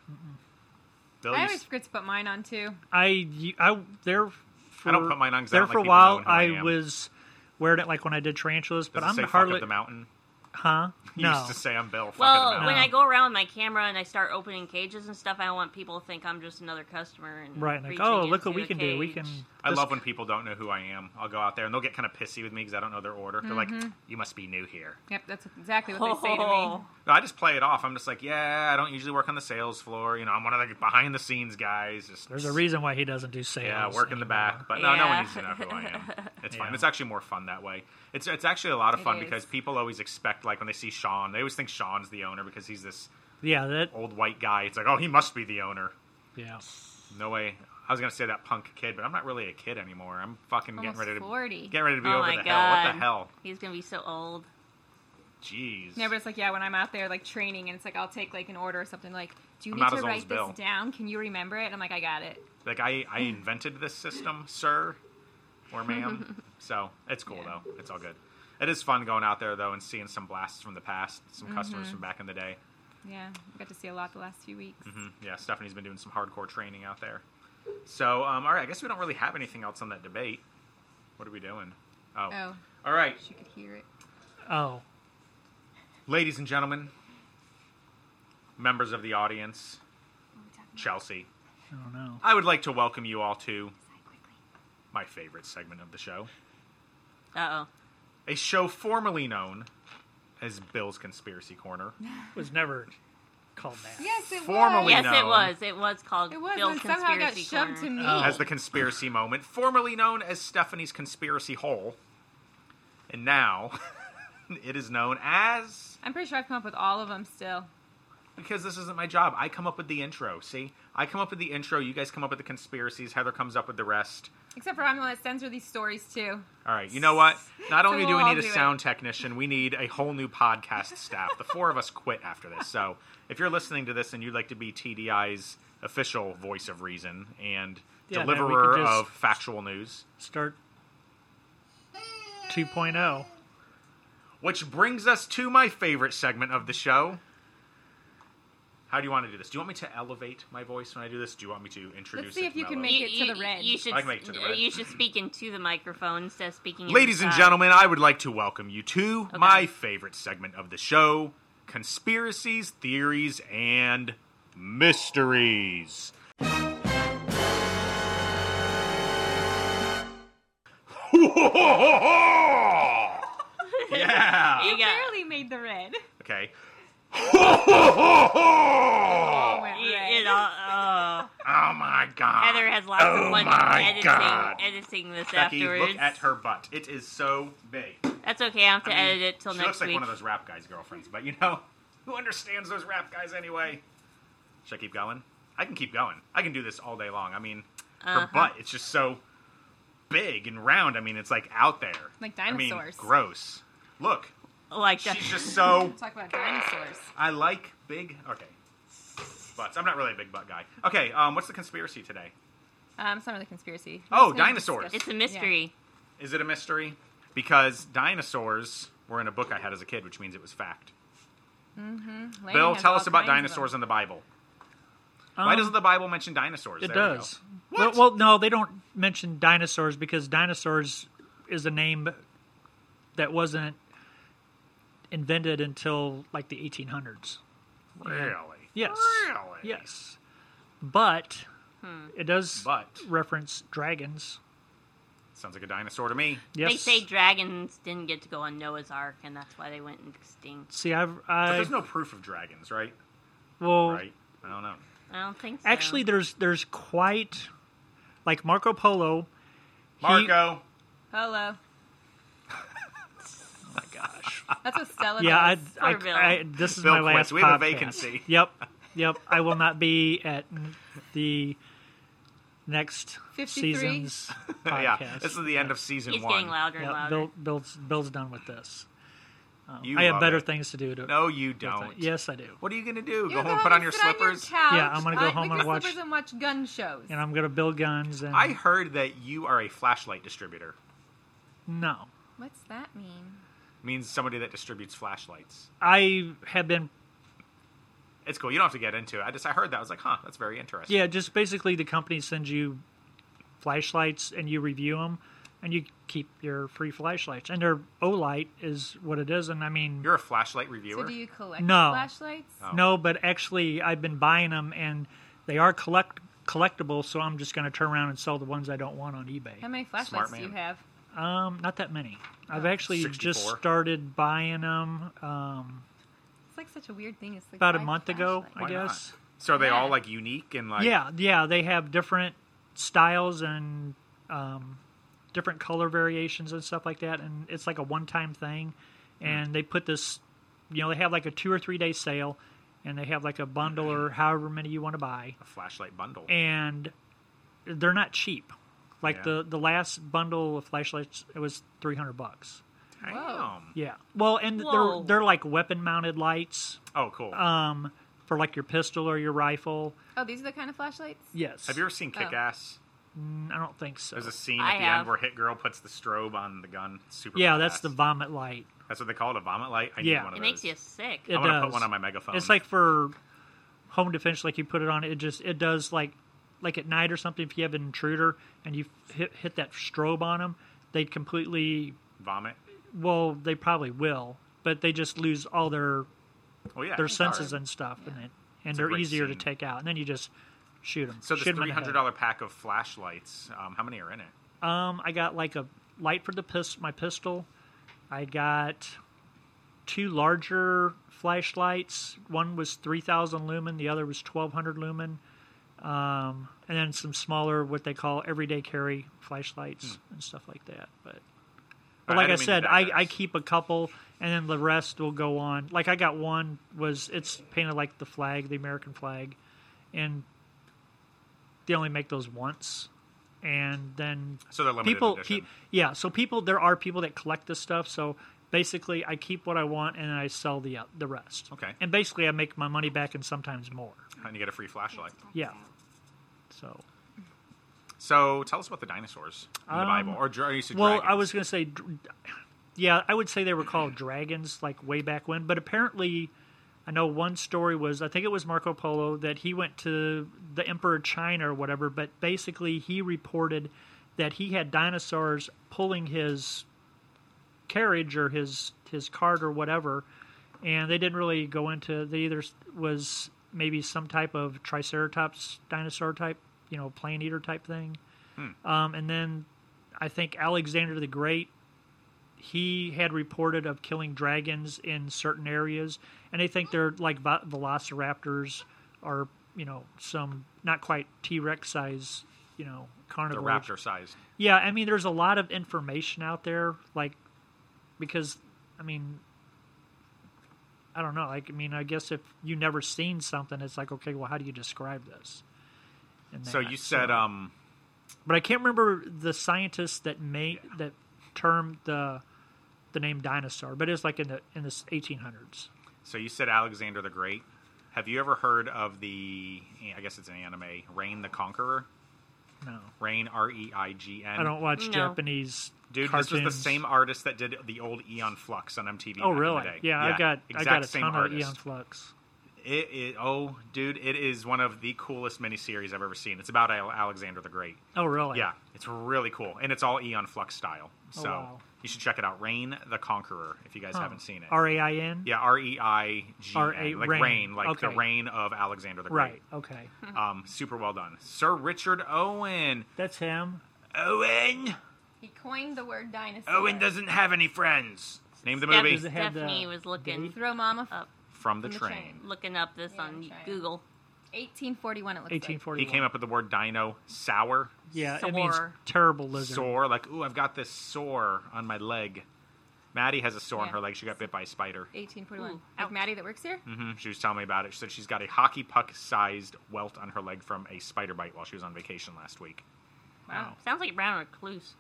[SPEAKER 1] Bill, you
[SPEAKER 4] I
[SPEAKER 1] s-
[SPEAKER 4] always forget to put mine on too.
[SPEAKER 3] I I there. For,
[SPEAKER 1] I don't put mine on 'cause I
[SPEAKER 3] there
[SPEAKER 1] don't
[SPEAKER 3] for
[SPEAKER 1] like
[SPEAKER 3] a
[SPEAKER 1] people
[SPEAKER 3] while.
[SPEAKER 1] knowing who I
[SPEAKER 3] I,
[SPEAKER 1] am.
[SPEAKER 3] was wearing it like when I did tarantulas,
[SPEAKER 1] does
[SPEAKER 3] but
[SPEAKER 1] it
[SPEAKER 3] I'm
[SPEAKER 1] say fuck
[SPEAKER 3] hardly
[SPEAKER 1] up the mountain. [laughs]
[SPEAKER 3] huh.
[SPEAKER 1] You
[SPEAKER 3] no,
[SPEAKER 1] used to say I'm Bill. Fuck up the
[SPEAKER 2] Well,
[SPEAKER 1] mountain.
[SPEAKER 2] when
[SPEAKER 3] No.
[SPEAKER 2] I go around with my camera and I start opening cages and stuff, I don't want people to think I'm just another customer. And
[SPEAKER 3] right like
[SPEAKER 2] reaching
[SPEAKER 3] oh look
[SPEAKER 2] into
[SPEAKER 3] what we
[SPEAKER 2] the
[SPEAKER 3] can do. We
[SPEAKER 2] cage.
[SPEAKER 3] can. [laughs]
[SPEAKER 1] I
[SPEAKER 3] this-
[SPEAKER 1] love when people don't know who I am. I'll go out there and they'll get kind of pissy with me because I don't know their order. They're
[SPEAKER 3] Mm-hmm.
[SPEAKER 1] like, "You must be new here."
[SPEAKER 4] Yep, that's exactly what they say
[SPEAKER 2] [laughs]
[SPEAKER 4] to me.
[SPEAKER 1] No, I just play it off. I'm just like, "Yeah, I don't usually work on the sales floor. You know, I'm one of the behind the scenes guys." Just
[SPEAKER 3] There's a reason why he doesn't do sales.
[SPEAKER 1] Yeah, work in the back, but no, no one
[SPEAKER 2] Yeah.
[SPEAKER 1] needs to know who I
[SPEAKER 3] [laughs]
[SPEAKER 1] am. It's fine.
[SPEAKER 3] Yeah.
[SPEAKER 1] It's actually more fun that way. It's it's actually a lot of
[SPEAKER 4] It
[SPEAKER 1] fun
[SPEAKER 4] is.
[SPEAKER 1] because people always expect like when they see Sean, they always think Sean's the owner because he's this
[SPEAKER 3] Yeah, that.
[SPEAKER 1] old white guy. It's like, oh, he must be the owner.
[SPEAKER 3] Yeah,
[SPEAKER 1] No way. I was gonna say that punk kid, but I'm not really a kid anymore. I'm fucking
[SPEAKER 4] Almost
[SPEAKER 1] getting ready to
[SPEAKER 4] forty.
[SPEAKER 1] getting ready to be
[SPEAKER 2] Oh
[SPEAKER 1] over
[SPEAKER 2] my
[SPEAKER 1] the hell. What
[SPEAKER 2] God.
[SPEAKER 1] the hell?
[SPEAKER 2] He's gonna be so old.
[SPEAKER 1] Jeez.
[SPEAKER 4] No, but it's like yeah, when I'm out there like training, and it's like I'll take like an order or something. Like, do you
[SPEAKER 1] I'm
[SPEAKER 4] need
[SPEAKER 1] not
[SPEAKER 4] to
[SPEAKER 1] as old as
[SPEAKER 4] write this
[SPEAKER 1] Bill.
[SPEAKER 4] down? Can you remember it? And I'm like, I got it.
[SPEAKER 1] Like I
[SPEAKER 4] [laughs]
[SPEAKER 1] I invented this system, sir or
[SPEAKER 4] [laughs]
[SPEAKER 1] ma'am. so it's cool
[SPEAKER 4] Yeah.
[SPEAKER 1] though. It's all good. It is fun going out there though and seeing some blasts from the past, some customers
[SPEAKER 4] Mm-hmm.
[SPEAKER 1] from back in the day.
[SPEAKER 4] Yeah, I got to see a lot the last few weeks.
[SPEAKER 1] Mhm. Yeah, Stephanie's been doing some hardcore training out there. So, um, all right, I guess we don't really have anything else on that debate. What are we doing? Oh.
[SPEAKER 4] Oh,
[SPEAKER 1] All right,
[SPEAKER 4] she could hear it.
[SPEAKER 3] Oh,
[SPEAKER 1] ladies and gentlemen, members of the audience,
[SPEAKER 4] What were we talking
[SPEAKER 1] Chelsea,
[SPEAKER 3] I don't know.
[SPEAKER 1] I would like to welcome you all to
[SPEAKER 4] about quickly?
[SPEAKER 1] my favorite segment of the show,
[SPEAKER 2] Uh oh.
[SPEAKER 1] a show formerly known as Bill's Conspiracy Corner.
[SPEAKER 3] It was never called that.
[SPEAKER 4] Yes, it
[SPEAKER 1] Formally-
[SPEAKER 4] was.
[SPEAKER 2] Yes, it
[SPEAKER 1] know.
[SPEAKER 2] was. It was called
[SPEAKER 4] It was,
[SPEAKER 2] Bill's
[SPEAKER 4] and somehow got
[SPEAKER 2] Conspiracy
[SPEAKER 4] shoved to
[SPEAKER 2] Corner.
[SPEAKER 4] me.
[SPEAKER 1] as the conspiracy moment, formerly known as Stephanie's conspiracy hole, and now [laughs] it is known as
[SPEAKER 4] I'm pretty sure I've come up with all of them still.
[SPEAKER 1] because this isn't my job. I come up with the intro. See, I come up with the intro. You guys come up with the conspiracies. Heather comes up with the rest.
[SPEAKER 4] Except for I'm the one that censor these stories too.
[SPEAKER 1] All right. You know what? Not
[SPEAKER 4] So
[SPEAKER 1] only do
[SPEAKER 4] we'll
[SPEAKER 1] we
[SPEAKER 4] all
[SPEAKER 1] need a
[SPEAKER 4] do it.
[SPEAKER 1] sound technician, we need a whole new podcast staff. The four of us quit after this. So if you're listening to this and you'd like to be TDI's official voice of reason and
[SPEAKER 3] Yeah, man, we could
[SPEAKER 1] deliverer
[SPEAKER 3] just-
[SPEAKER 1] of factual news,
[SPEAKER 3] Start oh. 2.0.
[SPEAKER 1] which brings us to my favorite segment of the show. How do you want to do this? Do you want me to elevate my voice when I do this? Do you want me to introduce?
[SPEAKER 4] see
[SPEAKER 1] it
[SPEAKER 4] if you can
[SPEAKER 1] mellow?
[SPEAKER 4] make it to the red.
[SPEAKER 2] You should,
[SPEAKER 1] I can make it to the red.
[SPEAKER 2] you should speak into the microphone instead of speaking.
[SPEAKER 1] Ladies and
[SPEAKER 2] inside.
[SPEAKER 1] gentlemen, I would like to welcome you to my favorite segment of the show conspiracies, theories, and
[SPEAKER 2] [laughs]
[SPEAKER 1] mysteries. yeah.
[SPEAKER 2] You got,
[SPEAKER 4] Barely made the red.
[SPEAKER 2] [laughs]
[SPEAKER 1] Okay.
[SPEAKER 4] Oh,
[SPEAKER 1] oh
[SPEAKER 4] went red.
[SPEAKER 2] it, it all, oh.
[SPEAKER 1] my god.
[SPEAKER 2] Heather has lots
[SPEAKER 1] Oh
[SPEAKER 2] of fun
[SPEAKER 1] my
[SPEAKER 2] editing,
[SPEAKER 1] God.
[SPEAKER 2] editing this
[SPEAKER 1] Becky,
[SPEAKER 2] afterwards.
[SPEAKER 1] look at her butt. It is so big.
[SPEAKER 2] That's okay. I have to
[SPEAKER 1] I mean,
[SPEAKER 2] edit it till
[SPEAKER 1] she
[SPEAKER 2] next
[SPEAKER 1] looks like
[SPEAKER 2] week.
[SPEAKER 1] one of those rap guys' girlfriends, but you know, [laughs] who understands those rap guys anyway? Should I keep going? I can keep going. I can do this all day long. I mean, her
[SPEAKER 2] Uh-huh.
[SPEAKER 1] butt, it's just so big and round. I mean, it's like out there.
[SPEAKER 4] Like
[SPEAKER 1] I mean,
[SPEAKER 4] dinosaurs.
[SPEAKER 1] gross. Look,
[SPEAKER 2] like uh, that.
[SPEAKER 1] she's just so.
[SPEAKER 4] Talk about dinosaurs.
[SPEAKER 1] I like big. Okay. Butts. I'm not really a big butt guy. Okay, um, what's the conspiracy today?
[SPEAKER 4] Um, it's not really a
[SPEAKER 1] Oh,
[SPEAKER 4] conspiracy. It's gonna be
[SPEAKER 1] dinosaurs.
[SPEAKER 4] disgusting.
[SPEAKER 2] It's a mystery.
[SPEAKER 1] Is it a mystery? Because dinosaurs were in a book I had as a kid, which means it was fact.
[SPEAKER 4] Landon
[SPEAKER 1] Bill,
[SPEAKER 4] has
[SPEAKER 1] tell
[SPEAKER 4] all
[SPEAKER 1] us about
[SPEAKER 4] kinds of
[SPEAKER 1] dinosaurs
[SPEAKER 4] them.
[SPEAKER 1] in the Bible. Why
[SPEAKER 3] Um,
[SPEAKER 1] doesn't the Bible mention dinosaurs?
[SPEAKER 3] It
[SPEAKER 1] There we
[SPEAKER 3] does.
[SPEAKER 1] go.
[SPEAKER 3] Well,
[SPEAKER 1] What?
[SPEAKER 3] well, no, they don't mention dinosaurs because dinosaurs is a name that wasn't invented until like the 1800s.
[SPEAKER 1] Really?
[SPEAKER 3] Yes.
[SPEAKER 1] Really?
[SPEAKER 3] Yes. But
[SPEAKER 2] Hmm.
[SPEAKER 3] it does
[SPEAKER 1] But.
[SPEAKER 3] reference dragons.
[SPEAKER 1] Sounds like a dinosaur to me.
[SPEAKER 3] Yes.
[SPEAKER 2] They say dragons didn't get to go on Noah's Ark, and that's why they went extinct.
[SPEAKER 3] See, I've
[SPEAKER 1] But
[SPEAKER 3] I
[SPEAKER 1] there's no proof of dragons, right?
[SPEAKER 3] well
[SPEAKER 1] Right. I don't know.
[SPEAKER 2] I don't think so.
[SPEAKER 3] actually there's there's quite like Marco Polo. he-
[SPEAKER 1] Marco. [laughs]
[SPEAKER 4] Hello.
[SPEAKER 3] oh my gosh.
[SPEAKER 2] [laughs]
[SPEAKER 4] That's what Stella
[SPEAKER 3] yeah, I,
[SPEAKER 4] does.
[SPEAKER 3] I,
[SPEAKER 2] Bill.
[SPEAKER 3] I- this is
[SPEAKER 1] Bill
[SPEAKER 3] my
[SPEAKER 1] quits.
[SPEAKER 3] last.
[SPEAKER 1] We have a
[SPEAKER 3] podcast.
[SPEAKER 1] vacancy.
[SPEAKER 3] [laughs] Yep, yep. I will not be at the next
[SPEAKER 4] 53?
[SPEAKER 3] season's
[SPEAKER 1] [laughs]
[SPEAKER 3] podcast.
[SPEAKER 1] Yeah. This is the end of season
[SPEAKER 2] he's
[SPEAKER 1] one.
[SPEAKER 2] getting louder and
[SPEAKER 3] Yep,
[SPEAKER 2] louder.
[SPEAKER 3] Bill, Bill's, Bill's done with this. Um,
[SPEAKER 1] You
[SPEAKER 3] I have
[SPEAKER 1] love
[SPEAKER 3] better
[SPEAKER 1] it.
[SPEAKER 3] things to do. To,
[SPEAKER 1] No, you don't.
[SPEAKER 3] Yes, I do.
[SPEAKER 1] What are you gonna do?
[SPEAKER 4] You
[SPEAKER 1] go
[SPEAKER 4] go
[SPEAKER 1] home and put on
[SPEAKER 4] and
[SPEAKER 1] your
[SPEAKER 4] sit
[SPEAKER 1] slippers.
[SPEAKER 4] couch,
[SPEAKER 3] Yeah, I'm gonna go
[SPEAKER 4] uh,
[SPEAKER 3] home
[SPEAKER 4] with
[SPEAKER 3] and
[SPEAKER 4] your
[SPEAKER 3] watch-
[SPEAKER 4] slippers and watch gun shows.
[SPEAKER 3] And I'm gonna build guns and
[SPEAKER 1] I heard that you are a flashlight distributor.
[SPEAKER 3] no.
[SPEAKER 4] What's that mean?
[SPEAKER 1] Means somebody that distributes flashlights.
[SPEAKER 3] I have been
[SPEAKER 1] It's cool. You don't have to get into it. I just I heard that. I was like, huh, that's very interesting.
[SPEAKER 3] yeah. Just basically, the company sends you flashlights and you review them, and you keep your free flashlights. And their Olight is what it is. And I mean,
[SPEAKER 1] You're a flashlight reviewer.
[SPEAKER 4] So do you collect
[SPEAKER 3] No.
[SPEAKER 4] flashlights?
[SPEAKER 1] Oh.
[SPEAKER 3] No, but actually, I've been buying them, and they are collect collectible. So I'm just going to turn around and sell the ones I don't want on
[SPEAKER 4] How
[SPEAKER 3] eBay.
[SPEAKER 4] many
[SPEAKER 1] Smart
[SPEAKER 4] flashlights do you
[SPEAKER 1] man.
[SPEAKER 4] have?
[SPEAKER 3] Um, not that many. I've actually just
[SPEAKER 1] 64.
[SPEAKER 3] started buying them um,
[SPEAKER 4] It's like such a weird thing. It's like
[SPEAKER 3] about a
[SPEAKER 4] why
[SPEAKER 3] month ago,
[SPEAKER 4] flashlight?
[SPEAKER 1] Why
[SPEAKER 3] I
[SPEAKER 1] not?
[SPEAKER 3] guess.
[SPEAKER 1] So are they all
[SPEAKER 4] Yeah.
[SPEAKER 1] like unique and like
[SPEAKER 3] Yeah, yeah. They have different styles and um, different color variations and stuff like that. And it's like a one-time thing. And they put this, you know, they have like a two or three day sale, and they have like a bundle or however many you want to buy.
[SPEAKER 1] a flashlight bundle?
[SPEAKER 3] and they're not cheap. Like
[SPEAKER 1] Yeah.
[SPEAKER 3] the the last bundle of flashlights, it was three hundred bucks.
[SPEAKER 1] Damn.
[SPEAKER 3] Yeah. Well, and
[SPEAKER 2] Whoa.
[SPEAKER 3] they're they're like weapon mounted lights
[SPEAKER 1] Oh, cool.
[SPEAKER 3] um, for like your pistol or your rifle.
[SPEAKER 4] Oh, these are the kind of flashlights.
[SPEAKER 3] Yes.
[SPEAKER 1] Have you ever seen Kick Ass?
[SPEAKER 3] I don't think so.
[SPEAKER 1] There's a scene
[SPEAKER 2] I
[SPEAKER 1] at the end
[SPEAKER 2] have.
[SPEAKER 1] where Hit Girl puts the strobe on the gun. It's super.
[SPEAKER 3] yeah, that's
[SPEAKER 1] badass.
[SPEAKER 3] the vomit light.
[SPEAKER 1] That's what they call it, a vomit light. I
[SPEAKER 3] Yeah.
[SPEAKER 1] need one of
[SPEAKER 2] it
[SPEAKER 1] those.
[SPEAKER 2] makes you sick.
[SPEAKER 3] It
[SPEAKER 1] I'm gonna
[SPEAKER 3] does.
[SPEAKER 1] put one on my megaphone.
[SPEAKER 3] It's like for home defense. Like you put it on, it just it does like like at night or something. If you have an intruder and you hit hit that strobe on them, they completely
[SPEAKER 1] vomit.
[SPEAKER 3] well they probably will, but they just lose all their
[SPEAKER 1] Oh yeah.
[SPEAKER 3] their senses
[SPEAKER 1] Sorry.
[SPEAKER 3] and stuff, and it, and
[SPEAKER 1] a
[SPEAKER 3] they're
[SPEAKER 1] great
[SPEAKER 3] easier
[SPEAKER 1] scene.
[SPEAKER 3] to take out. And then you just shoot them.
[SPEAKER 1] So this three hundred dollar pack of flashlights. Um, how many are in it?
[SPEAKER 3] Um, I got like a light for the pist- my pistol. I got two larger flashlights. One was three thousand lumen. The other was twelve hundred lumen. Um, and then some smaller, what they call everyday
[SPEAKER 1] Hmm.
[SPEAKER 3] carry flashlights and stuff like that. But but
[SPEAKER 1] I
[SPEAKER 3] like I,
[SPEAKER 1] didn't mean to
[SPEAKER 3] said, I,
[SPEAKER 1] digress.
[SPEAKER 3] I keep a couple, and then the rest will go on. Like I got one was it's painted like the flag, the American flag, and they only make those once, and then
[SPEAKER 1] So they're limited
[SPEAKER 3] people
[SPEAKER 1] edition.
[SPEAKER 3] keep yeah. So people there are people that collect this stuff. So basically, I keep what I want and I sell the uh, the rest.
[SPEAKER 1] Okay.
[SPEAKER 3] and basically I make my money back and sometimes more.
[SPEAKER 1] and you get a free flashlight.
[SPEAKER 3] Yeah, so.
[SPEAKER 1] So tell us about the dinosaurs in the
[SPEAKER 3] Um,
[SPEAKER 1] Bible, or dra- you said
[SPEAKER 3] Well,
[SPEAKER 1] dragons.
[SPEAKER 3] I was going to say, dr- yeah, I would say they were called dragons like way back when. But apparently, I know one story was I think it was Marco Polo that he went to the Emperor of China or whatever. But basically, he reported that he had dinosaurs pulling his carriage or his his cart or whatever, and they didn't really go into. They either s- was maybe some type of Triceratops dinosaur type, you know, plant eater type thing. Um, and then I think Alexander the Great, he had reported of killing dragons in certain areas, and they think they're like vo- velociraptors or you know some not quite T Rex size, you know,
[SPEAKER 1] the
[SPEAKER 3] carnivores.
[SPEAKER 1] raptor sized
[SPEAKER 3] Yeah, I mean, there's a lot of information out there, like because I mean, I don't know. Like, I mean, I guess if you never seen something, it's like, okay, well, how do you describe this? And
[SPEAKER 1] So
[SPEAKER 3] that,
[SPEAKER 1] you said, um,
[SPEAKER 3] but I can't remember the scientist that made that term the the name dinosaur, but it's like in the in the 1800s.
[SPEAKER 1] so you said Alexander the Great. Have you ever heard of the? I guess it's an anime, Reign the Conqueror.
[SPEAKER 3] No,
[SPEAKER 1] Reign R E I G N.
[SPEAKER 3] I don't watch
[SPEAKER 2] No.
[SPEAKER 3] Japanese.
[SPEAKER 1] Dude,
[SPEAKER 3] cartoons.
[SPEAKER 1] this was the same artist that did the old Eon Flux on MTV. back
[SPEAKER 3] Oh,
[SPEAKER 1] in the
[SPEAKER 3] really?
[SPEAKER 1] day.
[SPEAKER 3] Yeah, I got I
[SPEAKER 1] exact
[SPEAKER 3] got a
[SPEAKER 1] same
[SPEAKER 3] ton
[SPEAKER 1] artist.
[SPEAKER 3] of Eon Flux.
[SPEAKER 1] It, it, oh, dude, it is one of the coolest miniseries I've ever seen. It's about Al- Alexander the Great.
[SPEAKER 3] Oh, really?
[SPEAKER 1] Yeah, it's really cool, and it's all Eon Flux style. So
[SPEAKER 3] Oh, wow.
[SPEAKER 1] you should check it out. Reign the Conqueror, if you guys haven't seen it.
[SPEAKER 3] R A I N.
[SPEAKER 1] yeah, R E I G
[SPEAKER 3] R A-
[SPEAKER 1] N, like
[SPEAKER 3] Reign.
[SPEAKER 1] rain, like the
[SPEAKER 3] Okay.
[SPEAKER 1] reign of Alexander the
[SPEAKER 3] Right.
[SPEAKER 1] Great.
[SPEAKER 3] Okay.
[SPEAKER 1] Um, super well done, Sir Richard Owen.
[SPEAKER 3] That's him.
[SPEAKER 1] Owen.
[SPEAKER 4] He coined the word dinosaur.
[SPEAKER 1] Owen doesn't have any friends. Name the
[SPEAKER 2] Steph-
[SPEAKER 1] movie
[SPEAKER 3] Does it have the
[SPEAKER 2] Stephanie was looking
[SPEAKER 4] Throw mama.
[SPEAKER 2] up,
[SPEAKER 1] from the
[SPEAKER 4] from the
[SPEAKER 1] train.
[SPEAKER 4] train.
[SPEAKER 2] looking up this
[SPEAKER 4] Yeah,
[SPEAKER 2] on
[SPEAKER 4] try it.
[SPEAKER 2] Google.
[SPEAKER 4] 1841. It looks like.
[SPEAKER 3] 1841.
[SPEAKER 1] He came up with the word dino sour,
[SPEAKER 3] Yeah, it means
[SPEAKER 2] Sore.
[SPEAKER 3] terrible lizard.
[SPEAKER 1] sore. Like, ooh, I've got this sore on my leg. Maddie has a sore on
[SPEAKER 4] Yeah.
[SPEAKER 1] her leg. She got bit by a spider.
[SPEAKER 4] 1841.
[SPEAKER 2] Ooh,
[SPEAKER 4] like
[SPEAKER 2] ouch.
[SPEAKER 4] Maddie that works here.
[SPEAKER 1] hmm She was telling me about it. She said she's got a hockey puck sized welt on her leg from a spider bite while she was on vacation last week.
[SPEAKER 4] Wow.
[SPEAKER 2] Sounds like brown recluse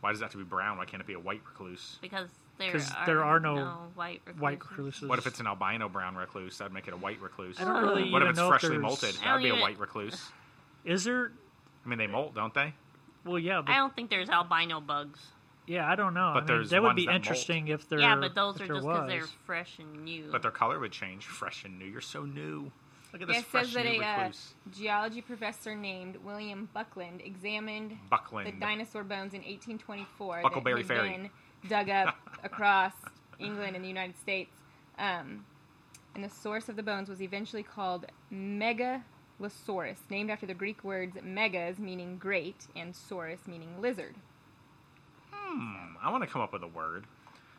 [SPEAKER 1] Why does it have to be brown? Why can't it be a white recluse?
[SPEAKER 2] because there
[SPEAKER 3] 'Cause
[SPEAKER 2] are,
[SPEAKER 3] there are no
[SPEAKER 2] white recluses.
[SPEAKER 3] White recluses.
[SPEAKER 1] What if it's an albino brown recluse? That'd make it a white recluse.
[SPEAKER 3] I don't really
[SPEAKER 1] what
[SPEAKER 3] even
[SPEAKER 1] if it's
[SPEAKER 3] know
[SPEAKER 1] freshly
[SPEAKER 3] there's-
[SPEAKER 1] molted?
[SPEAKER 2] I don't
[SPEAKER 1] That'd be a
[SPEAKER 2] even-
[SPEAKER 1] white recluse.
[SPEAKER 3] Is there?
[SPEAKER 1] I mean, they molt, don't they?
[SPEAKER 3] Well, yeah,
[SPEAKER 2] I
[SPEAKER 3] but
[SPEAKER 2] don't think there's albino bugs.
[SPEAKER 3] yeah, I don't know.
[SPEAKER 1] But
[SPEAKER 3] I mean,
[SPEAKER 1] there's
[SPEAKER 3] that would
[SPEAKER 1] ones
[SPEAKER 3] be
[SPEAKER 1] that molt.
[SPEAKER 3] interesting if there.
[SPEAKER 2] yeah, but those
[SPEAKER 3] if
[SPEAKER 2] are
[SPEAKER 3] there
[SPEAKER 2] just because they're
[SPEAKER 3] was.
[SPEAKER 2] fresh and new.
[SPEAKER 1] But their color would change. Fresh and new. You're so new. Look at
[SPEAKER 4] Yeah,
[SPEAKER 1] this
[SPEAKER 4] it
[SPEAKER 1] fresh
[SPEAKER 4] says that
[SPEAKER 1] new
[SPEAKER 4] a uh,
[SPEAKER 1] recluse.
[SPEAKER 4] geology professor named William Buckland examined the
[SPEAKER 1] Buckland.
[SPEAKER 4] dinosaur bones in 1824
[SPEAKER 1] Buckleberry
[SPEAKER 4] that
[SPEAKER 1] Fairy.
[SPEAKER 4] had been
[SPEAKER 1] [laughs]
[SPEAKER 4] dug up across England and the United States. Um, and the source of the bones was eventually called Megalosaurus, named after the Greek words megas meaning great and saurus meaning lizard.
[SPEAKER 1] Hmm, I want to come up with a word.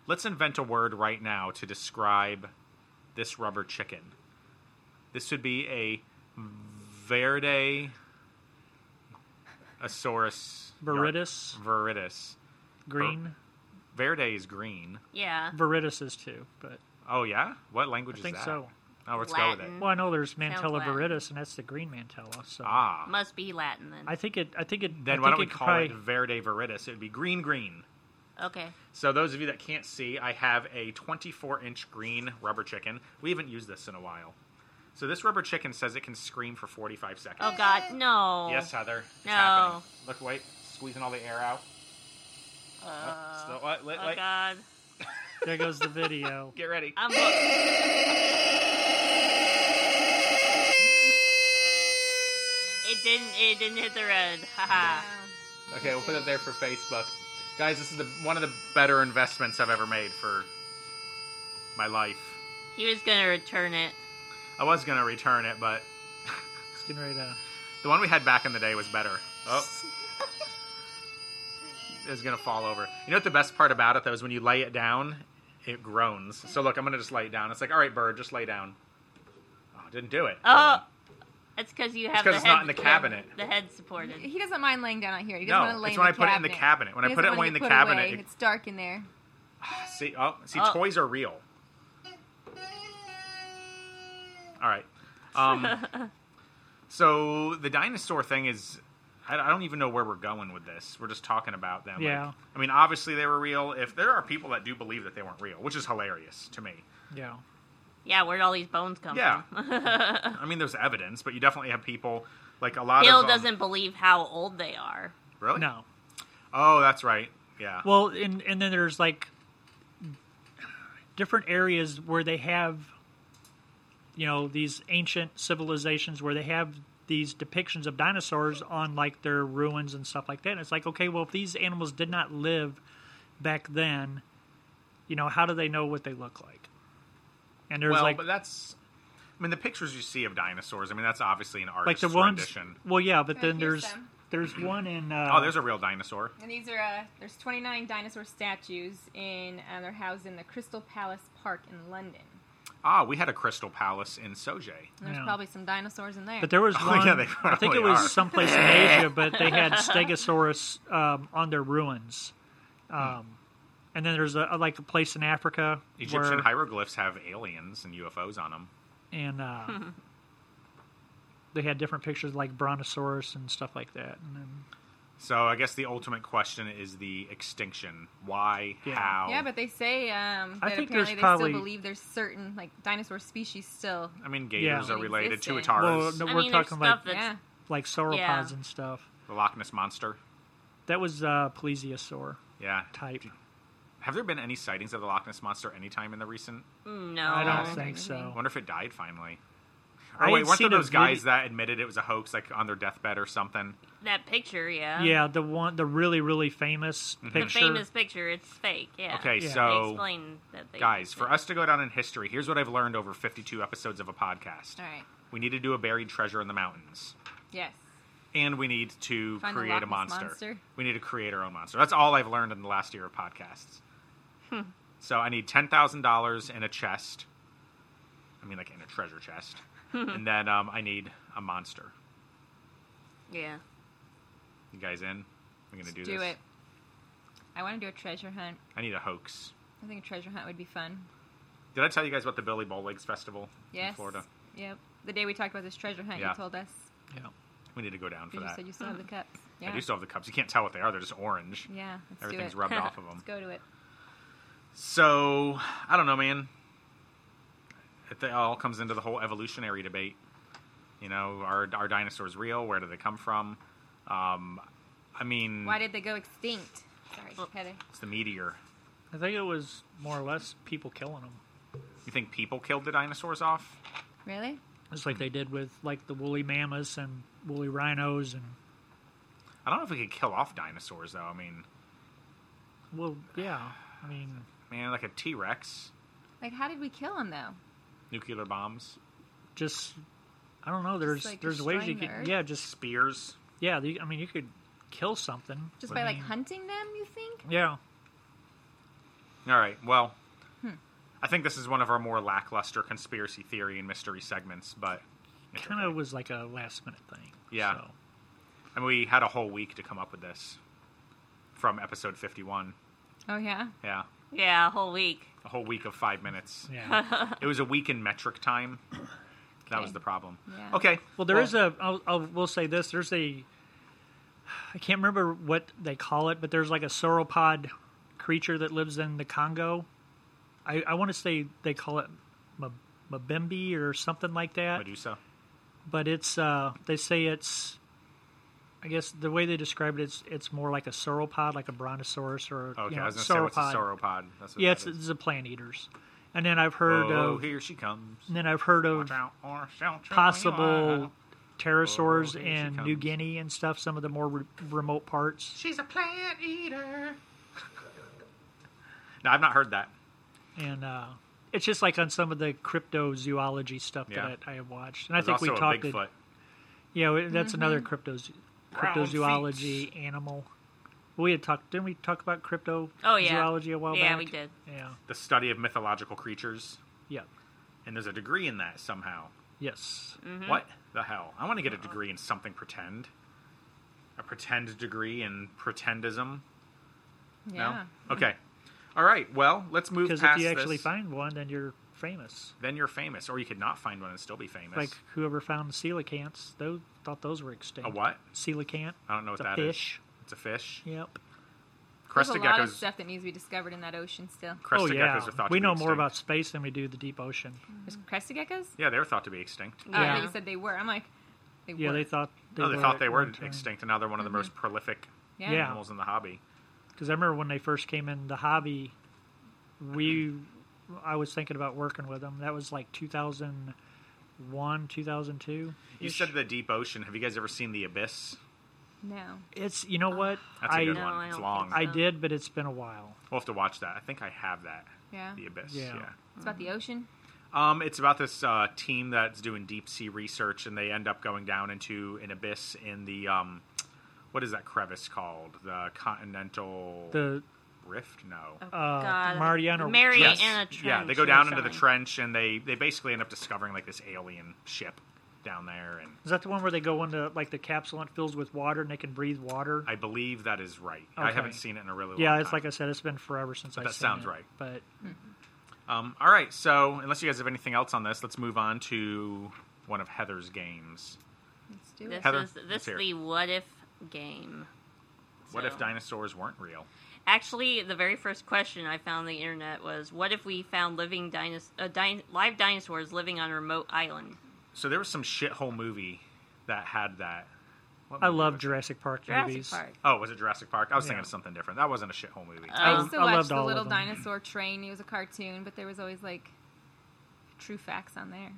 [SPEAKER 1] Let's invent a word right now to describe this rubber chicken. This would be a verde asaurus
[SPEAKER 3] Viridis
[SPEAKER 1] viridis.
[SPEAKER 3] green.
[SPEAKER 1] Verde is green.
[SPEAKER 2] yeah,
[SPEAKER 3] Viridis is too, but
[SPEAKER 1] Oh yeah? What language
[SPEAKER 3] I
[SPEAKER 1] is
[SPEAKER 3] think
[SPEAKER 1] that?
[SPEAKER 3] so.
[SPEAKER 1] Oh, let's go with
[SPEAKER 2] Latin.
[SPEAKER 1] it.
[SPEAKER 3] Well, I know there's Mantella
[SPEAKER 2] Latin.
[SPEAKER 3] viridis, and that's the green mantella. So
[SPEAKER 1] Ah.
[SPEAKER 2] must be Latin then.
[SPEAKER 3] I think it. I think it.
[SPEAKER 1] Then
[SPEAKER 3] I
[SPEAKER 1] why
[SPEAKER 3] think
[SPEAKER 1] don't we
[SPEAKER 3] it could
[SPEAKER 1] call
[SPEAKER 3] probably,
[SPEAKER 1] it verde viridis? It would be green green.
[SPEAKER 2] okay,
[SPEAKER 1] So those of you that can't see, I have a 24-inch green rubber chicken. We haven't used this in a while. So this rubber chicken says it can scream for 45 seconds.
[SPEAKER 2] Oh God, no.
[SPEAKER 1] Yes, Heather. It's
[SPEAKER 2] No.
[SPEAKER 1] happening. Look, wait. Squeezing all the air out.
[SPEAKER 2] Uh,
[SPEAKER 1] Still- wait, wait,
[SPEAKER 2] oh
[SPEAKER 1] wait.
[SPEAKER 2] God,
[SPEAKER 3] [laughs] There goes the video.
[SPEAKER 1] Get ready. [laughs]
[SPEAKER 2] I'm. Look- it didn't. It didn't hit the red. Haha.
[SPEAKER 1] Okay, we'll put it there for Facebook. Guys, this is the, one of the better investments I've ever made for my life.
[SPEAKER 2] He was gonna return it.
[SPEAKER 1] I was going to return it, but [laughs]
[SPEAKER 3] It's getting ready to.
[SPEAKER 1] the one we had back in the day was better. Oh. it's going to fall over. You know what the best part about it, though, is when you lay it down, it groans. So, look, I'm going to just lay it down. It's like, all right, bird, just lay down. Oh, didn't do it.
[SPEAKER 2] Oh, that's because you have.
[SPEAKER 1] 'cause
[SPEAKER 2] the
[SPEAKER 1] it's
[SPEAKER 2] head
[SPEAKER 1] not in the cabinet.
[SPEAKER 2] The head supported.
[SPEAKER 4] He doesn't mind laying down out here. He doesn't
[SPEAKER 1] No,
[SPEAKER 4] want to lay
[SPEAKER 1] it's
[SPEAKER 4] in
[SPEAKER 1] when
[SPEAKER 4] the
[SPEAKER 1] I put it in the cabinet. When
[SPEAKER 4] He
[SPEAKER 1] I put
[SPEAKER 4] doesn't
[SPEAKER 1] it
[SPEAKER 4] wanna
[SPEAKER 1] away in
[SPEAKER 4] get
[SPEAKER 1] the
[SPEAKER 4] put
[SPEAKER 1] cabinet,
[SPEAKER 4] away.
[SPEAKER 1] it-
[SPEAKER 4] it's dark in there.
[SPEAKER 1] See, oh, see,
[SPEAKER 2] Oh.
[SPEAKER 1] toys are real. All right. Um,
[SPEAKER 2] [laughs]
[SPEAKER 1] so the dinosaur thing is, I, I don't even know where we're going with this. We're just talking about them. like-
[SPEAKER 3] Yeah.
[SPEAKER 1] I mean, obviously they were real. If there are people that do believe that they weren't real, which is hilarious to me.
[SPEAKER 3] Yeah.
[SPEAKER 2] Yeah, where'd all these bones come [laughs]
[SPEAKER 1] Yeah.
[SPEAKER 2] from?
[SPEAKER 1] I mean, there's evidence, but you definitely have people like a lot
[SPEAKER 2] Bill
[SPEAKER 1] of. um,
[SPEAKER 2] doesn't believe how old they are.
[SPEAKER 1] really.
[SPEAKER 3] No.
[SPEAKER 1] Oh, that's right. Yeah.
[SPEAKER 3] Well, and and then there's like different areas where they have, you know, these ancient civilizations where they have these depictions of dinosaurs on like their ruins and stuff like that. And it's like, okay, well, if these animals did not live back then, you know, how do they know what they look like? And there's
[SPEAKER 1] Well,
[SPEAKER 3] like
[SPEAKER 1] but that's. I mean, the pictures you see of dinosaurs. I mean, that's obviously an
[SPEAKER 3] like
[SPEAKER 1] artist's
[SPEAKER 3] the ones.
[SPEAKER 1] rendition.
[SPEAKER 3] Well, yeah, but
[SPEAKER 4] Oh,
[SPEAKER 3] then
[SPEAKER 4] here's
[SPEAKER 3] there's
[SPEAKER 4] them.
[SPEAKER 3] there's one in uh,
[SPEAKER 1] Oh, there's a real dinosaur.
[SPEAKER 4] And these are uh, there's 29 dinosaur statues in uh, they're housed in the Crystal Palace Park in London.
[SPEAKER 1] Ah, we had a crystal palace in Soje.
[SPEAKER 4] And there's
[SPEAKER 3] Yeah.
[SPEAKER 4] probably some dinosaurs in there.
[SPEAKER 3] But there was
[SPEAKER 1] [laughs] Oh,
[SPEAKER 3] one.
[SPEAKER 1] yeah, they
[SPEAKER 3] I think it
[SPEAKER 1] probably
[SPEAKER 3] was
[SPEAKER 1] are.
[SPEAKER 3] someplace in Asia, but they had Stegosaurus um, on their ruins. Um, and then there's a, a- like a place in Africa,
[SPEAKER 1] Egyptian
[SPEAKER 3] where,
[SPEAKER 1] hieroglyphs have aliens and UFOs on them.
[SPEAKER 2] [laughs]
[SPEAKER 3] and uh,
[SPEAKER 2] Hmm.
[SPEAKER 3] they had different pictures like Brontosaurus and stuff like that. And then,
[SPEAKER 1] So I guess the ultimate question is the extinction. Why?
[SPEAKER 3] Yeah.
[SPEAKER 1] How?
[SPEAKER 4] yeah, but they say um,
[SPEAKER 3] I
[SPEAKER 4] that
[SPEAKER 3] think there's
[SPEAKER 4] apparently they
[SPEAKER 3] probably-
[SPEAKER 4] still believe there's certain like dinosaur species still.
[SPEAKER 1] I mean, gators
[SPEAKER 3] Yeah.
[SPEAKER 1] are related to
[SPEAKER 4] Existed.
[SPEAKER 1] Ataras,
[SPEAKER 3] Well, But
[SPEAKER 2] I
[SPEAKER 3] we're
[SPEAKER 2] mean, there's
[SPEAKER 3] talking
[SPEAKER 2] stuff
[SPEAKER 3] like-
[SPEAKER 2] that's
[SPEAKER 4] yeah.
[SPEAKER 3] like sauropods
[SPEAKER 2] Yeah.
[SPEAKER 3] and stuff.
[SPEAKER 1] the Loch Ness monster.
[SPEAKER 3] That was uh, plesiosaur
[SPEAKER 1] Yeah.
[SPEAKER 3] type.
[SPEAKER 1] Have there been any sightings of the Loch Ness monster anytime in the recent?
[SPEAKER 2] Hmm, No,
[SPEAKER 3] I
[SPEAKER 4] Oh.
[SPEAKER 3] don't think
[SPEAKER 1] I
[SPEAKER 3] so.
[SPEAKER 1] wonder if it died finally.
[SPEAKER 3] I
[SPEAKER 1] Or
[SPEAKER 3] had
[SPEAKER 1] wait, weren't there
[SPEAKER 3] seen a
[SPEAKER 1] those guys
[SPEAKER 3] vide-
[SPEAKER 1] that admitted it was a hoax, like on their deathbed or something?
[SPEAKER 2] that picture. Yeah,
[SPEAKER 3] Yeah, the one, the really really famous
[SPEAKER 2] Oh.
[SPEAKER 1] Mm-hmm.
[SPEAKER 2] the
[SPEAKER 3] picture.
[SPEAKER 2] famous picture. It's fake. Yeah.
[SPEAKER 1] Okay,
[SPEAKER 3] Yeah.
[SPEAKER 2] They
[SPEAKER 1] so
[SPEAKER 2] explain that they
[SPEAKER 1] guys, for us to go down in history, here's what I've learned over 52 episodes of a podcast.
[SPEAKER 4] All right.
[SPEAKER 1] We need to do a buried treasure in the mountains.
[SPEAKER 4] Yes.
[SPEAKER 1] and we need to
[SPEAKER 4] Find the
[SPEAKER 1] create a
[SPEAKER 4] Loch Ness
[SPEAKER 1] monster.
[SPEAKER 4] monster.
[SPEAKER 1] We need to create our own monster. That's all I've learned in the last year of podcasts.
[SPEAKER 4] Hmm.
[SPEAKER 1] So I need ten thousand dollars in a chest. I mean, like in a treasure chest,
[SPEAKER 4] Hmm.
[SPEAKER 1] and then um, I need a monster.
[SPEAKER 2] Yeah.
[SPEAKER 1] You guys in? I'm gonna do
[SPEAKER 4] do
[SPEAKER 1] this.
[SPEAKER 4] it. I want to do a treasure hunt.
[SPEAKER 1] I need a hoax.
[SPEAKER 4] I think a treasure hunt would be fun.
[SPEAKER 1] Did I tell you guys about the Billy Bowlegs Festival
[SPEAKER 4] Yes.
[SPEAKER 1] in Florida?
[SPEAKER 4] Yep. The day we talked about this treasure hunt,
[SPEAKER 1] Yeah.
[SPEAKER 4] you told us.
[SPEAKER 3] yeah.
[SPEAKER 1] We need to go down for
[SPEAKER 4] Because you
[SPEAKER 1] that.
[SPEAKER 4] said you
[SPEAKER 1] [gasps]
[SPEAKER 4] still have the cups. Yeah.
[SPEAKER 1] I do still have the cups. You can't tell what they are. They're just orange.
[SPEAKER 4] Yeah. Let's
[SPEAKER 1] Everything's
[SPEAKER 4] do it.
[SPEAKER 1] rubbed
[SPEAKER 4] [laughs]
[SPEAKER 1] off of them.
[SPEAKER 4] Let's go to it.
[SPEAKER 1] So I don't know, man. It th- all comes into the whole evolutionary debate. You know, are are dinosaurs real? Where do they come from? Um, I mean,
[SPEAKER 4] Why did they go extinct? Sorry,
[SPEAKER 1] Oh.
[SPEAKER 4] Heather.
[SPEAKER 1] it's the meteor.
[SPEAKER 3] I think it was more or less people killing them.
[SPEAKER 1] You think people killed the dinosaurs off?
[SPEAKER 4] Really?
[SPEAKER 3] Just like they did with like the woolly mammoths and woolly rhinos and
[SPEAKER 1] I don't know if we could kill off dinosaurs though. I mean,
[SPEAKER 3] well, yeah. I mean,
[SPEAKER 1] man, like a T Rex,
[SPEAKER 4] Like, how did we kill them though?
[SPEAKER 1] nuclear bombs,
[SPEAKER 3] just I don't know. There's
[SPEAKER 4] like,
[SPEAKER 3] there's ways you
[SPEAKER 4] destroying
[SPEAKER 3] could
[SPEAKER 4] the Earth?
[SPEAKER 3] yeah just
[SPEAKER 1] spears.
[SPEAKER 3] yeah. the- I mean you could kill something
[SPEAKER 4] Just
[SPEAKER 3] I
[SPEAKER 4] by like
[SPEAKER 3] mean,
[SPEAKER 4] hunting them, you think?
[SPEAKER 3] Yeah,
[SPEAKER 1] All right. Well,
[SPEAKER 4] Hmm.
[SPEAKER 1] I think this is one of our more lackluster conspiracy theory and mystery segments, but it's
[SPEAKER 3] kind
[SPEAKER 1] okay.
[SPEAKER 3] of was like a last minute thing.
[SPEAKER 1] Yeah.
[SPEAKER 3] So.
[SPEAKER 1] And we had a whole week to come up with this from episode 51.
[SPEAKER 4] Oh yeah.
[SPEAKER 1] Yeah.
[SPEAKER 2] Yeah, a whole week.
[SPEAKER 1] A whole week of five minutes.
[SPEAKER 3] Yeah.
[SPEAKER 1] It was a week in metric time. That was
[SPEAKER 4] Okay.
[SPEAKER 1] the problem.
[SPEAKER 4] Yeah.
[SPEAKER 1] Okay.
[SPEAKER 3] Well, there is a. I'll, I'll we'll say this. There's a. I can't remember what they call it, but there's like a sauropod creature that lives in the Congo. I, I want to say they call it Mab- Mabembe or something like that.
[SPEAKER 1] Medusa.
[SPEAKER 3] but it's uh they say it's I guess the way they describe it, it's it's more like a sauropod, like a brontosaurus or
[SPEAKER 1] Okay.
[SPEAKER 3] you know,
[SPEAKER 1] I was going to say, what's a
[SPEAKER 3] sauropod.
[SPEAKER 1] sauropod? That's what
[SPEAKER 3] Yeah,
[SPEAKER 1] that
[SPEAKER 3] it's,
[SPEAKER 1] is.
[SPEAKER 3] it's the plant eaters, and then I've heard
[SPEAKER 1] Oh,
[SPEAKER 3] of
[SPEAKER 1] here she comes.
[SPEAKER 3] and then I've heard of
[SPEAKER 1] Watch out or she'll choke you
[SPEAKER 3] possible
[SPEAKER 1] out.
[SPEAKER 3] pterosaurs
[SPEAKER 1] Oh, here she
[SPEAKER 3] in New
[SPEAKER 1] comes.
[SPEAKER 3] Guinea and stuff. Some of the more re- remote parts,
[SPEAKER 1] She's a plant eater. no, I've not heard that.
[SPEAKER 3] and uh, it's just like on some of the cryptozoology stuff
[SPEAKER 1] Yeah.
[SPEAKER 3] that I, I have watched, and I
[SPEAKER 1] There's
[SPEAKER 3] think we
[SPEAKER 1] also
[SPEAKER 3] talked.
[SPEAKER 1] a
[SPEAKER 3] to-
[SPEAKER 1] Bigfoot.
[SPEAKER 3] Yeah, we- that's another
[SPEAKER 2] Mm-hmm.
[SPEAKER 3] cryptoz-
[SPEAKER 1] Brown
[SPEAKER 3] cryptozoology animal. We had talked, didn't we talk about cryptozoology
[SPEAKER 2] Oh yeah.
[SPEAKER 3] a while
[SPEAKER 2] yeah,
[SPEAKER 3] back?
[SPEAKER 2] we did.
[SPEAKER 3] Yeah,
[SPEAKER 1] The study of mythological creatures.
[SPEAKER 3] yeah,
[SPEAKER 1] And there's a degree in that somehow.
[SPEAKER 3] yes.
[SPEAKER 2] Mm-hmm.
[SPEAKER 4] Mm-hmm.
[SPEAKER 1] What the hell? I want to get a degree in something pretend. A pretend degree in pretendism.
[SPEAKER 4] Yeah.
[SPEAKER 1] No? Okay. All right. Well, let's move
[SPEAKER 3] Because
[SPEAKER 1] past
[SPEAKER 3] if you actually
[SPEAKER 1] this.
[SPEAKER 3] find one, then you're famous.
[SPEAKER 1] then you're famous, or you could not find one and still be famous.
[SPEAKER 3] Like whoever found coelacanths, those thought those were extinct.
[SPEAKER 1] a what?
[SPEAKER 3] Coelacanth.
[SPEAKER 1] I don't know what
[SPEAKER 3] it's a
[SPEAKER 1] that is.
[SPEAKER 3] fish.
[SPEAKER 1] It's a fish.
[SPEAKER 3] Yep.
[SPEAKER 4] There's a
[SPEAKER 1] Crested
[SPEAKER 4] lot of
[SPEAKER 1] geckos.
[SPEAKER 4] stuff that needs to be discovered in that ocean still.
[SPEAKER 3] oh
[SPEAKER 1] Crested
[SPEAKER 3] yeah.
[SPEAKER 1] geckos are thought to
[SPEAKER 3] we
[SPEAKER 1] be
[SPEAKER 3] know more
[SPEAKER 1] extinct.
[SPEAKER 3] about space than we do the deep ocean.
[SPEAKER 4] There's crested geckos?
[SPEAKER 1] Yeah, they were thought to be extinct.
[SPEAKER 4] Oh, I thought
[SPEAKER 3] Yeah.
[SPEAKER 4] you said they were. I'm like, they
[SPEAKER 3] Yeah,
[SPEAKER 4] were.
[SPEAKER 3] they thought they
[SPEAKER 1] no,
[SPEAKER 3] were
[SPEAKER 1] they thought
[SPEAKER 3] at
[SPEAKER 1] they were
[SPEAKER 3] one time.
[SPEAKER 1] extinct, and now they're one of the
[SPEAKER 4] Mm-hmm.
[SPEAKER 1] most prolific
[SPEAKER 4] yeah.
[SPEAKER 3] yeah.
[SPEAKER 1] animals in the hobby.
[SPEAKER 3] because I remember when they first came in the hobby, we I was thinking about working with them. That was like 2001, 2002.
[SPEAKER 1] You said the deep ocean. Have you guys ever seen the abyss?
[SPEAKER 4] No.
[SPEAKER 3] it's you know what
[SPEAKER 1] That's a
[SPEAKER 3] I
[SPEAKER 1] good
[SPEAKER 2] No, I
[SPEAKER 1] one. It's
[SPEAKER 2] don't
[SPEAKER 1] long.
[SPEAKER 2] think
[SPEAKER 3] I
[SPEAKER 2] so.
[SPEAKER 3] did, but it's been a while.
[SPEAKER 1] We'll have to watch that. I think I have that.
[SPEAKER 4] Yeah.
[SPEAKER 1] The abyss.
[SPEAKER 3] Yeah.
[SPEAKER 1] yeah.
[SPEAKER 4] It's about the ocean.
[SPEAKER 1] Um, it's about this uh, team that's doing deep sea research, and they end up going down into an abyss in the um, what is that crevice called? The continental
[SPEAKER 3] The
[SPEAKER 1] rift? No.
[SPEAKER 2] Oh,
[SPEAKER 3] Uh,
[SPEAKER 2] God.
[SPEAKER 3] Mariana-
[SPEAKER 2] Mary
[SPEAKER 1] Yes.
[SPEAKER 2] and a trench.
[SPEAKER 1] Yeah, they go
[SPEAKER 2] or
[SPEAKER 1] down into the
[SPEAKER 2] something.
[SPEAKER 1] trench, and they they basically end up discovering like this alien ship down there, and
[SPEAKER 3] is that the one where they go into like the capsule and it fills with water and they can breathe water?
[SPEAKER 1] I believe that is right. I
[SPEAKER 3] Okay.
[SPEAKER 1] haven't seen it in a really long
[SPEAKER 3] yeah, it's
[SPEAKER 1] time.
[SPEAKER 3] like I said, it's been forever since I.
[SPEAKER 1] that sounds right.
[SPEAKER 3] But
[SPEAKER 1] Um, all right, so unless you guys have anything else on this, let's move on to one of Heather's games.
[SPEAKER 4] Let's do
[SPEAKER 2] This
[SPEAKER 4] it.
[SPEAKER 1] Heather,
[SPEAKER 2] is
[SPEAKER 1] let's
[SPEAKER 2] this
[SPEAKER 1] hear
[SPEAKER 2] is
[SPEAKER 1] it.
[SPEAKER 2] the what if game.
[SPEAKER 1] What if
[SPEAKER 2] So-
[SPEAKER 1] dinosaurs weren't real?
[SPEAKER 2] Actually, the very first question I found on the internet was, "What if we found living dinos- uh, din- live dinosaurs living on a remote island?"
[SPEAKER 1] So there was some shithole movie that had that. What
[SPEAKER 3] I
[SPEAKER 1] movie
[SPEAKER 3] love
[SPEAKER 1] was it?
[SPEAKER 3] Jurassic Park
[SPEAKER 2] Jurassic
[SPEAKER 3] movies.
[SPEAKER 2] Park.
[SPEAKER 1] Oh, was it Jurassic Park? I was
[SPEAKER 3] Yeah.
[SPEAKER 1] thinking of something different. That wasn't a shithole movie.
[SPEAKER 4] I
[SPEAKER 2] Um,
[SPEAKER 4] used to
[SPEAKER 3] I
[SPEAKER 4] watch
[SPEAKER 3] loved
[SPEAKER 4] the
[SPEAKER 3] all of
[SPEAKER 4] little
[SPEAKER 3] them.
[SPEAKER 4] dinosaur train. It was a cartoon, but there was always like true facts on there.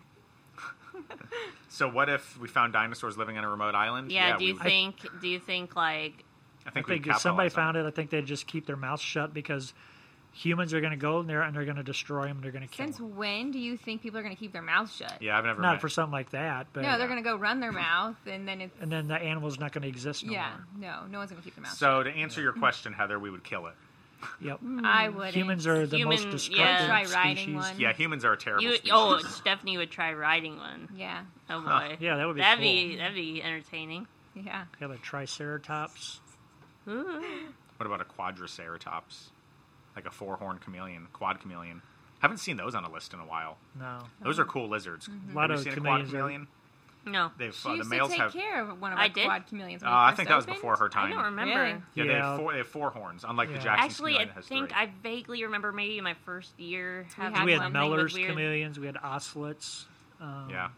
[SPEAKER 1] so what if we found dinosaurs living on a remote island?
[SPEAKER 2] Yeah, do
[SPEAKER 1] we
[SPEAKER 2] you
[SPEAKER 1] would-
[SPEAKER 2] think? do you think like
[SPEAKER 1] I
[SPEAKER 3] I
[SPEAKER 1] think,
[SPEAKER 3] think
[SPEAKER 1] we
[SPEAKER 3] if somebody found it, I think they'd just keep their mouths shut because humans are going to go in there and they're going to destroy them. They're going to kill
[SPEAKER 4] Since
[SPEAKER 3] them.
[SPEAKER 4] when do you think people are going to keep their mouths shut?
[SPEAKER 1] Yeah, I've never.
[SPEAKER 3] Not
[SPEAKER 1] met-
[SPEAKER 3] for something like that, but
[SPEAKER 4] No, they're going to go run their mouth, and then it's
[SPEAKER 3] and then the animal's not going to exist no
[SPEAKER 4] yeah.
[SPEAKER 3] more.
[SPEAKER 4] No, no one's going to keep their mouth.
[SPEAKER 1] So to answer your question, Heather, we would kill it.
[SPEAKER 3] Yep.
[SPEAKER 4] shut. I would.
[SPEAKER 3] Hmm. Humans are the most
[SPEAKER 2] Human-
[SPEAKER 3] destructive
[SPEAKER 2] yeah.
[SPEAKER 4] Try riding
[SPEAKER 3] species.
[SPEAKER 4] one.
[SPEAKER 1] Yeah, humans are a terrible.
[SPEAKER 2] you?
[SPEAKER 1] species.
[SPEAKER 2] Oh, Stephanie would try riding one.
[SPEAKER 4] Yeah.
[SPEAKER 2] Oh boy,
[SPEAKER 3] Yeah, that would be
[SPEAKER 2] that'd
[SPEAKER 3] cool.
[SPEAKER 2] be that'd be entertaining.
[SPEAKER 4] Yeah.
[SPEAKER 3] Have a triceratops.
[SPEAKER 2] Ooh.
[SPEAKER 1] What about a quadriceratops? Like a four-horned chameleon, quad chameleon. Haven't seen those on a list in a while.
[SPEAKER 3] No,
[SPEAKER 1] Those
[SPEAKER 2] Mm-hmm.
[SPEAKER 1] are cool lizards.
[SPEAKER 3] A lot
[SPEAKER 1] Have you
[SPEAKER 3] of
[SPEAKER 1] seen a quad
[SPEAKER 3] chameleons are-
[SPEAKER 1] chameleon?
[SPEAKER 2] No,
[SPEAKER 1] They've
[SPEAKER 4] She
[SPEAKER 1] uh, the
[SPEAKER 4] used
[SPEAKER 1] males
[SPEAKER 4] to take
[SPEAKER 1] have.
[SPEAKER 4] care of one of
[SPEAKER 2] I
[SPEAKER 4] our
[SPEAKER 2] did?
[SPEAKER 4] quad chameleons.
[SPEAKER 1] Uh,
[SPEAKER 4] When
[SPEAKER 1] I
[SPEAKER 4] first
[SPEAKER 1] think that was
[SPEAKER 4] opened.
[SPEAKER 1] before her
[SPEAKER 2] I
[SPEAKER 1] time.
[SPEAKER 2] don't remember.
[SPEAKER 4] Really?
[SPEAKER 1] Yeah, They,
[SPEAKER 3] Yeah.
[SPEAKER 1] have four, they have four horns, unlike
[SPEAKER 3] Yeah.
[SPEAKER 1] the Jackson
[SPEAKER 2] Actually, I
[SPEAKER 1] chameleon has
[SPEAKER 2] think
[SPEAKER 1] three.
[SPEAKER 2] I vaguely remember maybe my first year having
[SPEAKER 4] had
[SPEAKER 3] we
[SPEAKER 4] one
[SPEAKER 3] had
[SPEAKER 4] thing with
[SPEAKER 3] Mellors
[SPEAKER 2] weird-
[SPEAKER 3] chameleons. We had ocelots. Um,
[SPEAKER 1] Yeah,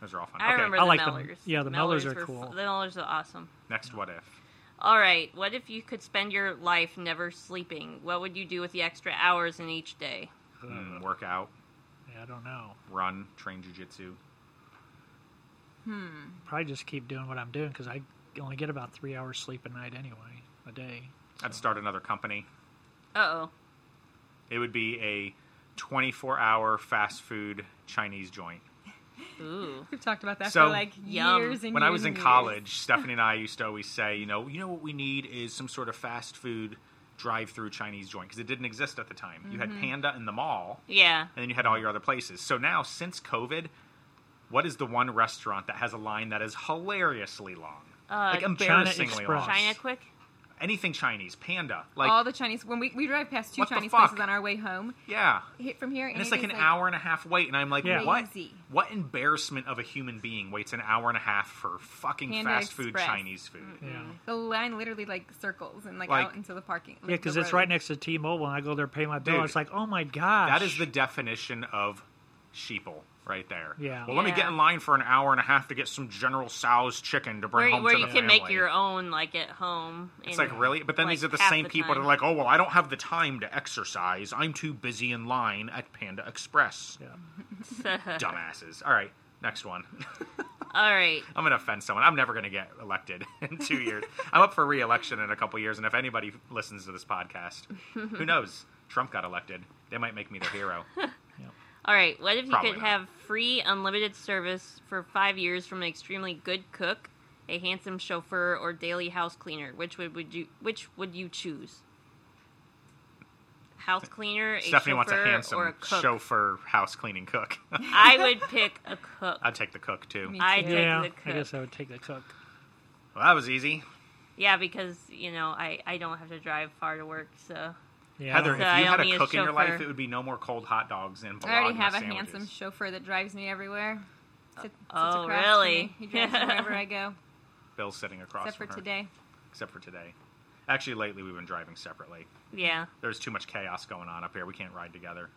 [SPEAKER 1] those are all fun.
[SPEAKER 2] I
[SPEAKER 1] okay,
[SPEAKER 2] remember
[SPEAKER 3] I
[SPEAKER 2] the
[SPEAKER 3] like them.
[SPEAKER 2] Mellors.
[SPEAKER 3] Yeah, the Mellors are
[SPEAKER 2] were f-
[SPEAKER 3] cool.
[SPEAKER 2] the Mellors are awesome.
[SPEAKER 1] next what if?
[SPEAKER 2] All right, what if you could spend your life never sleeping? What would you do with the extra hours in each day?
[SPEAKER 3] Hmm.
[SPEAKER 1] Mm, work out,
[SPEAKER 3] uh, yeah, I don't know.
[SPEAKER 1] run, train jujitsu.
[SPEAKER 3] Probably just keep doing what I'm doing because I only get about three hours sleep a night anyway, a day.
[SPEAKER 1] I'd start another company.
[SPEAKER 2] Uh oh.
[SPEAKER 1] It would be a 24-hour fast food Chinese joint.
[SPEAKER 2] Ooh.
[SPEAKER 4] We've talked about that
[SPEAKER 1] So-
[SPEAKER 4] for like
[SPEAKER 2] Yum.
[SPEAKER 4] years and
[SPEAKER 1] When I
[SPEAKER 4] years
[SPEAKER 1] was in
[SPEAKER 4] and years.
[SPEAKER 3] [laughs]
[SPEAKER 1] college, Stephanie and I used to always say, you know, you know what we need is some sort of fast food drive-through Chinese joint because it didn't exist at the time. You
[SPEAKER 2] Mm-hmm.
[SPEAKER 1] had Panda in the mall,
[SPEAKER 2] Yeah.
[SPEAKER 1] and then you had all your other places. So now, since COVID, what is the one restaurant that has a line that is hilariously long,
[SPEAKER 2] Uh,
[SPEAKER 1] like
[SPEAKER 2] China
[SPEAKER 1] embarrassingly
[SPEAKER 3] Express.
[SPEAKER 1] long?
[SPEAKER 2] China quick?
[SPEAKER 1] Anything Chinese, Panda, like
[SPEAKER 4] all the Chinese. When we, we drive past two
[SPEAKER 1] What the
[SPEAKER 4] Chinese
[SPEAKER 1] fuck?
[SPEAKER 4] places on our way home
[SPEAKER 1] yeah.
[SPEAKER 4] hit from here, and,
[SPEAKER 1] And it's
[SPEAKER 4] it
[SPEAKER 1] like
[SPEAKER 4] is
[SPEAKER 1] an hour and a half wait, and I'm like,
[SPEAKER 3] Yeah.
[SPEAKER 1] what?
[SPEAKER 4] Crazy.
[SPEAKER 1] What embarrassment of a human being waits an hour and a half for fucking
[SPEAKER 4] Panda
[SPEAKER 1] fast food
[SPEAKER 4] Express.
[SPEAKER 1] Chinese food?
[SPEAKER 3] Yeah.
[SPEAKER 4] The line literally like circles and like,
[SPEAKER 1] Like-
[SPEAKER 4] out into the parking.
[SPEAKER 3] Yeah,
[SPEAKER 4] like, the
[SPEAKER 3] because it's
[SPEAKER 4] road.
[SPEAKER 3] right next to T-Mobile, and I go there pay my bill.
[SPEAKER 1] Dude.
[SPEAKER 3] and it's like, oh my gosh,
[SPEAKER 1] That is the definition of sheeple right there.
[SPEAKER 3] Yeah.
[SPEAKER 1] Well, let me
[SPEAKER 2] Yeah.
[SPEAKER 1] get in line for an hour and a half to get some General Tso's chicken to bring
[SPEAKER 2] Where,
[SPEAKER 1] home
[SPEAKER 2] where
[SPEAKER 1] to
[SPEAKER 2] you
[SPEAKER 1] the
[SPEAKER 2] can make
[SPEAKER 1] family.
[SPEAKER 2] your own, like at home.
[SPEAKER 1] It's
[SPEAKER 2] and,
[SPEAKER 1] like really, but then
[SPEAKER 2] like,
[SPEAKER 1] these are the
[SPEAKER 2] half
[SPEAKER 1] same people that
[SPEAKER 2] time.
[SPEAKER 1] are like, "Oh well, I don't have the time to exercise. I'm too busy in line at Panda Express."
[SPEAKER 3] Yeah.
[SPEAKER 2] [laughs]
[SPEAKER 1] Dumbasses. All right, next one. [laughs]
[SPEAKER 2] All right.
[SPEAKER 1] I'm gonna offend someone. I'm never gonna get elected [laughs] in two years. I'm up for re-election in a couple years, and if anybody listens to this podcast, who knows? Trump got elected. They might make me their hero.
[SPEAKER 2] All right. What if you
[SPEAKER 1] Probably
[SPEAKER 2] could
[SPEAKER 1] not.
[SPEAKER 2] have free, unlimited service for five years from an extremely good cook, a handsome chauffeur, or daily house cleaner? Which would, would you Which would you choose? House cleaner, a
[SPEAKER 1] Stephanie
[SPEAKER 2] chauffeur,
[SPEAKER 1] wants a
[SPEAKER 2] or
[SPEAKER 1] handsome
[SPEAKER 2] a cook.
[SPEAKER 1] chauffeur, house cleaning cook. [laughs]
[SPEAKER 2] I would pick a cook.
[SPEAKER 1] I'd take the cook too.
[SPEAKER 4] Me
[SPEAKER 1] Well,
[SPEAKER 2] I
[SPEAKER 4] too.
[SPEAKER 2] take
[SPEAKER 3] yeah.
[SPEAKER 2] the cook.
[SPEAKER 3] I guess I would take the cook.
[SPEAKER 1] that was easy.
[SPEAKER 2] Yeah, because you know I I don't have to drive far to work, so
[SPEAKER 3] Yeah, I
[SPEAKER 1] Heather,
[SPEAKER 3] don't-
[SPEAKER 1] if you
[SPEAKER 2] So I
[SPEAKER 1] had
[SPEAKER 2] only
[SPEAKER 1] a
[SPEAKER 2] a
[SPEAKER 1] cook in your life,
[SPEAKER 2] chauffeur.
[SPEAKER 1] it would be no more cold hot dogs and
[SPEAKER 4] I already
[SPEAKER 1] bologna
[SPEAKER 4] have a
[SPEAKER 1] sandwiches.
[SPEAKER 4] handsome chauffeur that drives me everywhere. It's a- it's a
[SPEAKER 2] Oh,
[SPEAKER 4] crotch to
[SPEAKER 2] really?
[SPEAKER 4] me.
[SPEAKER 2] [laughs]
[SPEAKER 4] He drives me wherever I go,
[SPEAKER 1] Bill's sitting across
[SPEAKER 4] except for
[SPEAKER 1] from her.
[SPEAKER 4] today.
[SPEAKER 1] Except for today. Actually, lately we've been driving separately.
[SPEAKER 2] Yeah.
[SPEAKER 1] There's too much chaos going on up here. We can't ride together.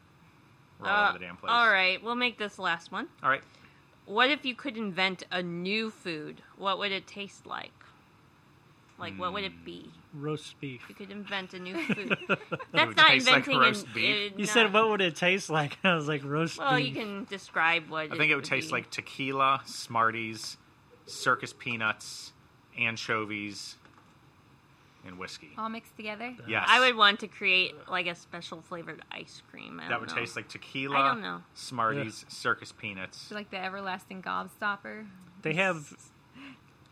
[SPEAKER 1] We're all
[SPEAKER 2] Uh,
[SPEAKER 1] over the damn place.
[SPEAKER 2] All right, we'll make this last one.
[SPEAKER 1] All right.
[SPEAKER 2] What if you could invent a new food? What would it taste like? Like, what would
[SPEAKER 1] Hmm.
[SPEAKER 2] it be?
[SPEAKER 3] roast beef.
[SPEAKER 2] You could invent a
[SPEAKER 3] [laughs]
[SPEAKER 2] new food.
[SPEAKER 1] would
[SPEAKER 2] That's not
[SPEAKER 1] taste like
[SPEAKER 2] inventing
[SPEAKER 1] roast
[SPEAKER 2] an,
[SPEAKER 1] beef.
[SPEAKER 2] uh, no.
[SPEAKER 3] You said, "What would it taste like?" [laughs] I was like, "Roast
[SPEAKER 2] Well, you
[SPEAKER 3] beef."
[SPEAKER 2] can describe what.
[SPEAKER 1] I think it would taste
[SPEAKER 2] be.
[SPEAKER 1] like tequila, Smarties, circus peanuts, anchovies, and whiskey.
[SPEAKER 4] All mixed together.
[SPEAKER 1] Yes.
[SPEAKER 2] I would want to create like a special flavored ice cream. I
[SPEAKER 1] That
[SPEAKER 2] don't
[SPEAKER 1] would
[SPEAKER 2] know.
[SPEAKER 1] taste like tequila,
[SPEAKER 2] I don't know.
[SPEAKER 1] Smarties, circus peanuts.
[SPEAKER 4] So, like the everlasting gobstopper.
[SPEAKER 3] They have,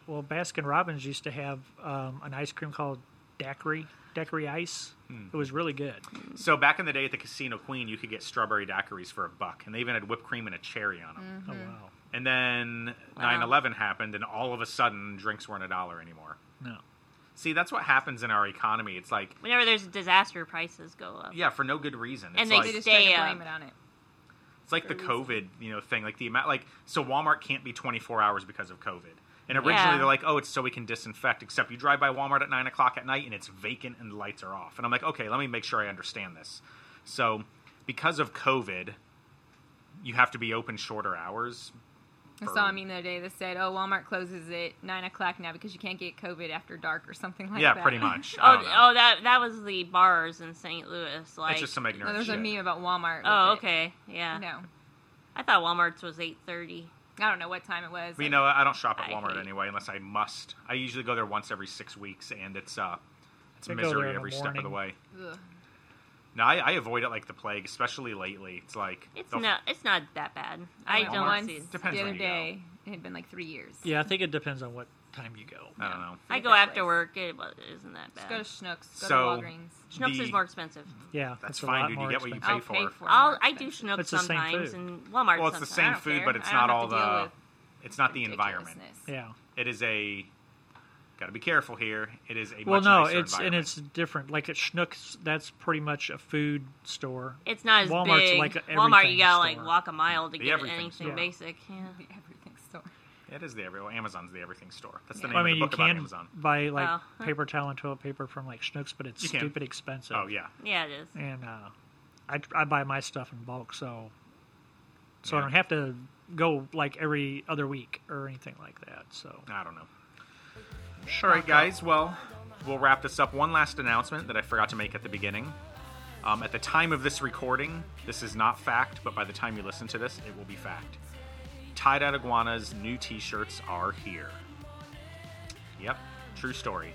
[SPEAKER 3] well, Baskin Robbins used to have um, an ice cream called daiquiri, daiquiri ice.
[SPEAKER 1] Hmm.
[SPEAKER 3] It was really good. Oh,
[SPEAKER 1] So back in the day at the Casino Queen, you could get strawberry daiquiris for a buck, and they even had whipped cream and a cherry on them.
[SPEAKER 3] Oh
[SPEAKER 2] Mm-hmm.
[SPEAKER 3] wow,
[SPEAKER 1] And then
[SPEAKER 2] Mm. Wow.
[SPEAKER 1] 9 11 happened, and all of a sudden, drinks weren't a dollar anymore.
[SPEAKER 3] no,
[SPEAKER 1] See, that's what happens in our economy. It's like,
[SPEAKER 2] Whenever there's a disaster, prices go up.
[SPEAKER 1] yeah, for no good reason. It's
[SPEAKER 2] And they
[SPEAKER 1] like,
[SPEAKER 4] They just
[SPEAKER 2] Stay
[SPEAKER 4] tried to
[SPEAKER 2] up.
[SPEAKER 4] blame it on it.
[SPEAKER 1] It's like the COVID, you know, thing. Like the amount, like so Walmart can't be 24 hours because of COVID. And originally
[SPEAKER 2] Yeah.
[SPEAKER 1] they're like, oh, it's so we can disinfect. Except you drive by Walmart at nine o'clock at night and it's vacant and the lights are off. And I'm like, okay, let me make sure I understand this. So because of COVID, you have to be open shorter hours.
[SPEAKER 4] I
[SPEAKER 1] for-
[SPEAKER 4] saw a meme the other day that said, "Oh, Walmart closes at nine o'clock now because you can't get COVID after dark or something like
[SPEAKER 1] yeah,
[SPEAKER 4] that." [laughs]
[SPEAKER 1] pretty
[SPEAKER 2] [laughs]
[SPEAKER 1] much. I
[SPEAKER 2] Oh,
[SPEAKER 1] don't know.
[SPEAKER 2] oh, that that was the bars in St. Louis. Like,
[SPEAKER 1] it's just some
[SPEAKER 4] No,
[SPEAKER 1] ignorant
[SPEAKER 4] there's a
[SPEAKER 1] shit.
[SPEAKER 4] meme about Walmart. with
[SPEAKER 2] oh,
[SPEAKER 4] it.
[SPEAKER 2] okay, yeah.
[SPEAKER 4] No,
[SPEAKER 2] I thought Walmart's was eight thirty.
[SPEAKER 4] I don't know what time it was.
[SPEAKER 1] But you know, I don't shop at
[SPEAKER 2] I
[SPEAKER 1] Walmart
[SPEAKER 2] hate-
[SPEAKER 1] anyway unless I must. I usually go there once every six weeks, and it's uh, it's
[SPEAKER 3] I go there in
[SPEAKER 1] misery
[SPEAKER 3] the
[SPEAKER 1] every step of the
[SPEAKER 3] morning.
[SPEAKER 1] way.
[SPEAKER 4] Ugh.
[SPEAKER 1] No, I, I avoid it like the plague, especially lately. It's like
[SPEAKER 2] It's
[SPEAKER 1] the-
[SPEAKER 2] not. It's not that bad. I
[SPEAKER 4] went
[SPEAKER 2] don't
[SPEAKER 4] once
[SPEAKER 2] see.
[SPEAKER 1] Depends
[SPEAKER 4] the
[SPEAKER 1] where
[SPEAKER 4] other
[SPEAKER 1] you go.
[SPEAKER 4] day. It had been like three years.
[SPEAKER 3] yeah, I think it depends on what time you go.
[SPEAKER 1] I don't know.
[SPEAKER 2] I
[SPEAKER 4] It's
[SPEAKER 2] go
[SPEAKER 4] that
[SPEAKER 2] after
[SPEAKER 4] place.
[SPEAKER 2] work. It wa- isn't that
[SPEAKER 4] Just go to
[SPEAKER 2] bad.
[SPEAKER 4] Schnucks.
[SPEAKER 1] So-
[SPEAKER 4] Go to Walgreens.
[SPEAKER 2] Schnucks
[SPEAKER 1] the-
[SPEAKER 2] is more expensive.
[SPEAKER 3] Yeah,
[SPEAKER 1] That's
[SPEAKER 3] it's a
[SPEAKER 1] fine,
[SPEAKER 3] lot
[SPEAKER 1] dude. You
[SPEAKER 3] more
[SPEAKER 1] get what you
[SPEAKER 3] expensive.
[SPEAKER 4] I'll
[SPEAKER 1] for
[SPEAKER 4] pay
[SPEAKER 1] it.
[SPEAKER 4] for.
[SPEAKER 2] I'll,
[SPEAKER 4] more
[SPEAKER 2] I do
[SPEAKER 4] expensive.
[SPEAKER 2] Schnucks
[SPEAKER 3] It's the same
[SPEAKER 2] sometimes
[SPEAKER 3] food.
[SPEAKER 2] and Walmart.
[SPEAKER 1] Well, it's the
[SPEAKER 2] sometimes.
[SPEAKER 1] same
[SPEAKER 4] don't
[SPEAKER 1] food,
[SPEAKER 4] care.
[SPEAKER 1] but it's
[SPEAKER 4] I
[SPEAKER 1] not
[SPEAKER 4] don't have
[SPEAKER 1] all
[SPEAKER 4] to deal
[SPEAKER 1] the.
[SPEAKER 4] with
[SPEAKER 1] It's not the environment.
[SPEAKER 4] ridiculousness.
[SPEAKER 3] Yeah.
[SPEAKER 1] It is a. Got to be careful here. It is a.
[SPEAKER 3] Well,
[SPEAKER 1] much
[SPEAKER 3] no,
[SPEAKER 1] nicer
[SPEAKER 3] it's and
[SPEAKER 1] environment.
[SPEAKER 3] it's different. Like at Schnucks, that's pretty much a food store.
[SPEAKER 2] It's not as
[SPEAKER 3] Walmart's
[SPEAKER 2] big.
[SPEAKER 3] like a
[SPEAKER 2] Walmart, you
[SPEAKER 3] everything
[SPEAKER 2] gotta like
[SPEAKER 3] store.
[SPEAKER 2] walk a mile to get
[SPEAKER 1] everything
[SPEAKER 2] anything
[SPEAKER 1] store.
[SPEAKER 2] basic. Yeah.
[SPEAKER 4] The [laughs] everything store.
[SPEAKER 1] It is the every. Well, Amazon's the everything store. That's the
[SPEAKER 4] Yeah.
[SPEAKER 1] name
[SPEAKER 3] I mean, you
[SPEAKER 1] of the book about
[SPEAKER 3] can
[SPEAKER 1] Amazon.
[SPEAKER 3] buy like
[SPEAKER 2] Wow.
[SPEAKER 3] paper towel and toilet paper from like Schnucks, but it's
[SPEAKER 1] You can.
[SPEAKER 3] stupid expensive.
[SPEAKER 1] Oh yeah.
[SPEAKER 2] Yeah, it is.
[SPEAKER 3] and uh, I I buy my stuff in bulk, so so I
[SPEAKER 1] Yeah.
[SPEAKER 3] don't have to go like every other week or anything like that. So
[SPEAKER 1] I don't know. All right, guys. Well, we'll wrap this up. One last announcement that I forgot to make at the beginning. Um, at the time of this recording, this is not fact, but by the time you listen to this, it will be fact. Tied Out Iguana's new t shirts are here. Yep, true story.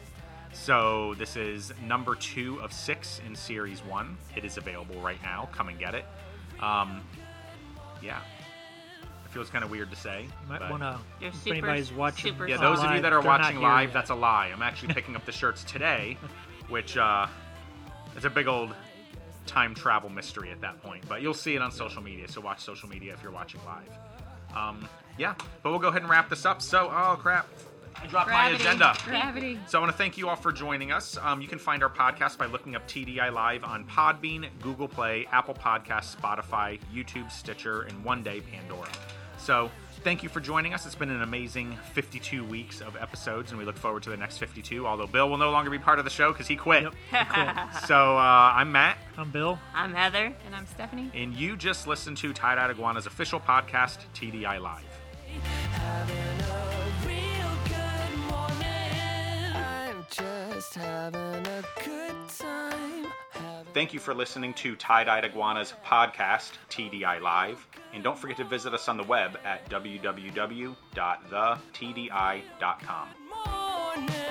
[SPEAKER 1] So, this is number two of six in series one. It is available right now. Come and get it. Um, yeah. It feels kind of weird to say.
[SPEAKER 3] you might
[SPEAKER 1] but-
[SPEAKER 3] want to.
[SPEAKER 2] They're
[SPEAKER 3] If
[SPEAKER 2] super-
[SPEAKER 3] anybody's watching,
[SPEAKER 2] super
[SPEAKER 1] yeah,
[SPEAKER 2] It's not
[SPEAKER 1] those of you
[SPEAKER 3] live,
[SPEAKER 1] that are
[SPEAKER 3] they're not
[SPEAKER 1] watching
[SPEAKER 3] here
[SPEAKER 1] live,
[SPEAKER 3] yet.
[SPEAKER 1] that's a lie. I'm
[SPEAKER 3] [laughs]
[SPEAKER 1] actually picking up the shirts today, which uh, it's a big old time travel mystery at that point. But you'll see it on social media, so watch social media if you're watching live. Um, yeah, but we'll go ahead and wrap this up. So, oh crap, I dropped
[SPEAKER 4] Gravity.
[SPEAKER 1] my agenda.
[SPEAKER 4] Gravity.
[SPEAKER 1] So I want to thank you all for joining us. Um, you can find our podcast by looking up TDI Live on Podbean, Google Play, Apple Podcasts, Spotify, YouTube, Stitcher, and one day Pandora. So thank you for joining us. It's been an amazing 52 weeks of episodes, and we look forward to the next 52. Although Bill will no longer be part of the show because he quit.
[SPEAKER 2] [laughs]
[SPEAKER 3] Yep, cool.
[SPEAKER 1] [laughs] So uh, I'm Matt,
[SPEAKER 3] I'm Bill.
[SPEAKER 2] I'm Heather.
[SPEAKER 4] And I'm Stephanie.
[SPEAKER 1] and you just listened to Tied Out Iguana's official podcast, TDI Live.
[SPEAKER 5] Having a real good morning. I'm just having a good time. Having
[SPEAKER 1] Thank you for listening to Tie Dyed Iguana's podcast, TDI Live. And don't forget to visit us on the web at www.thetdi.com.
[SPEAKER 5] morning.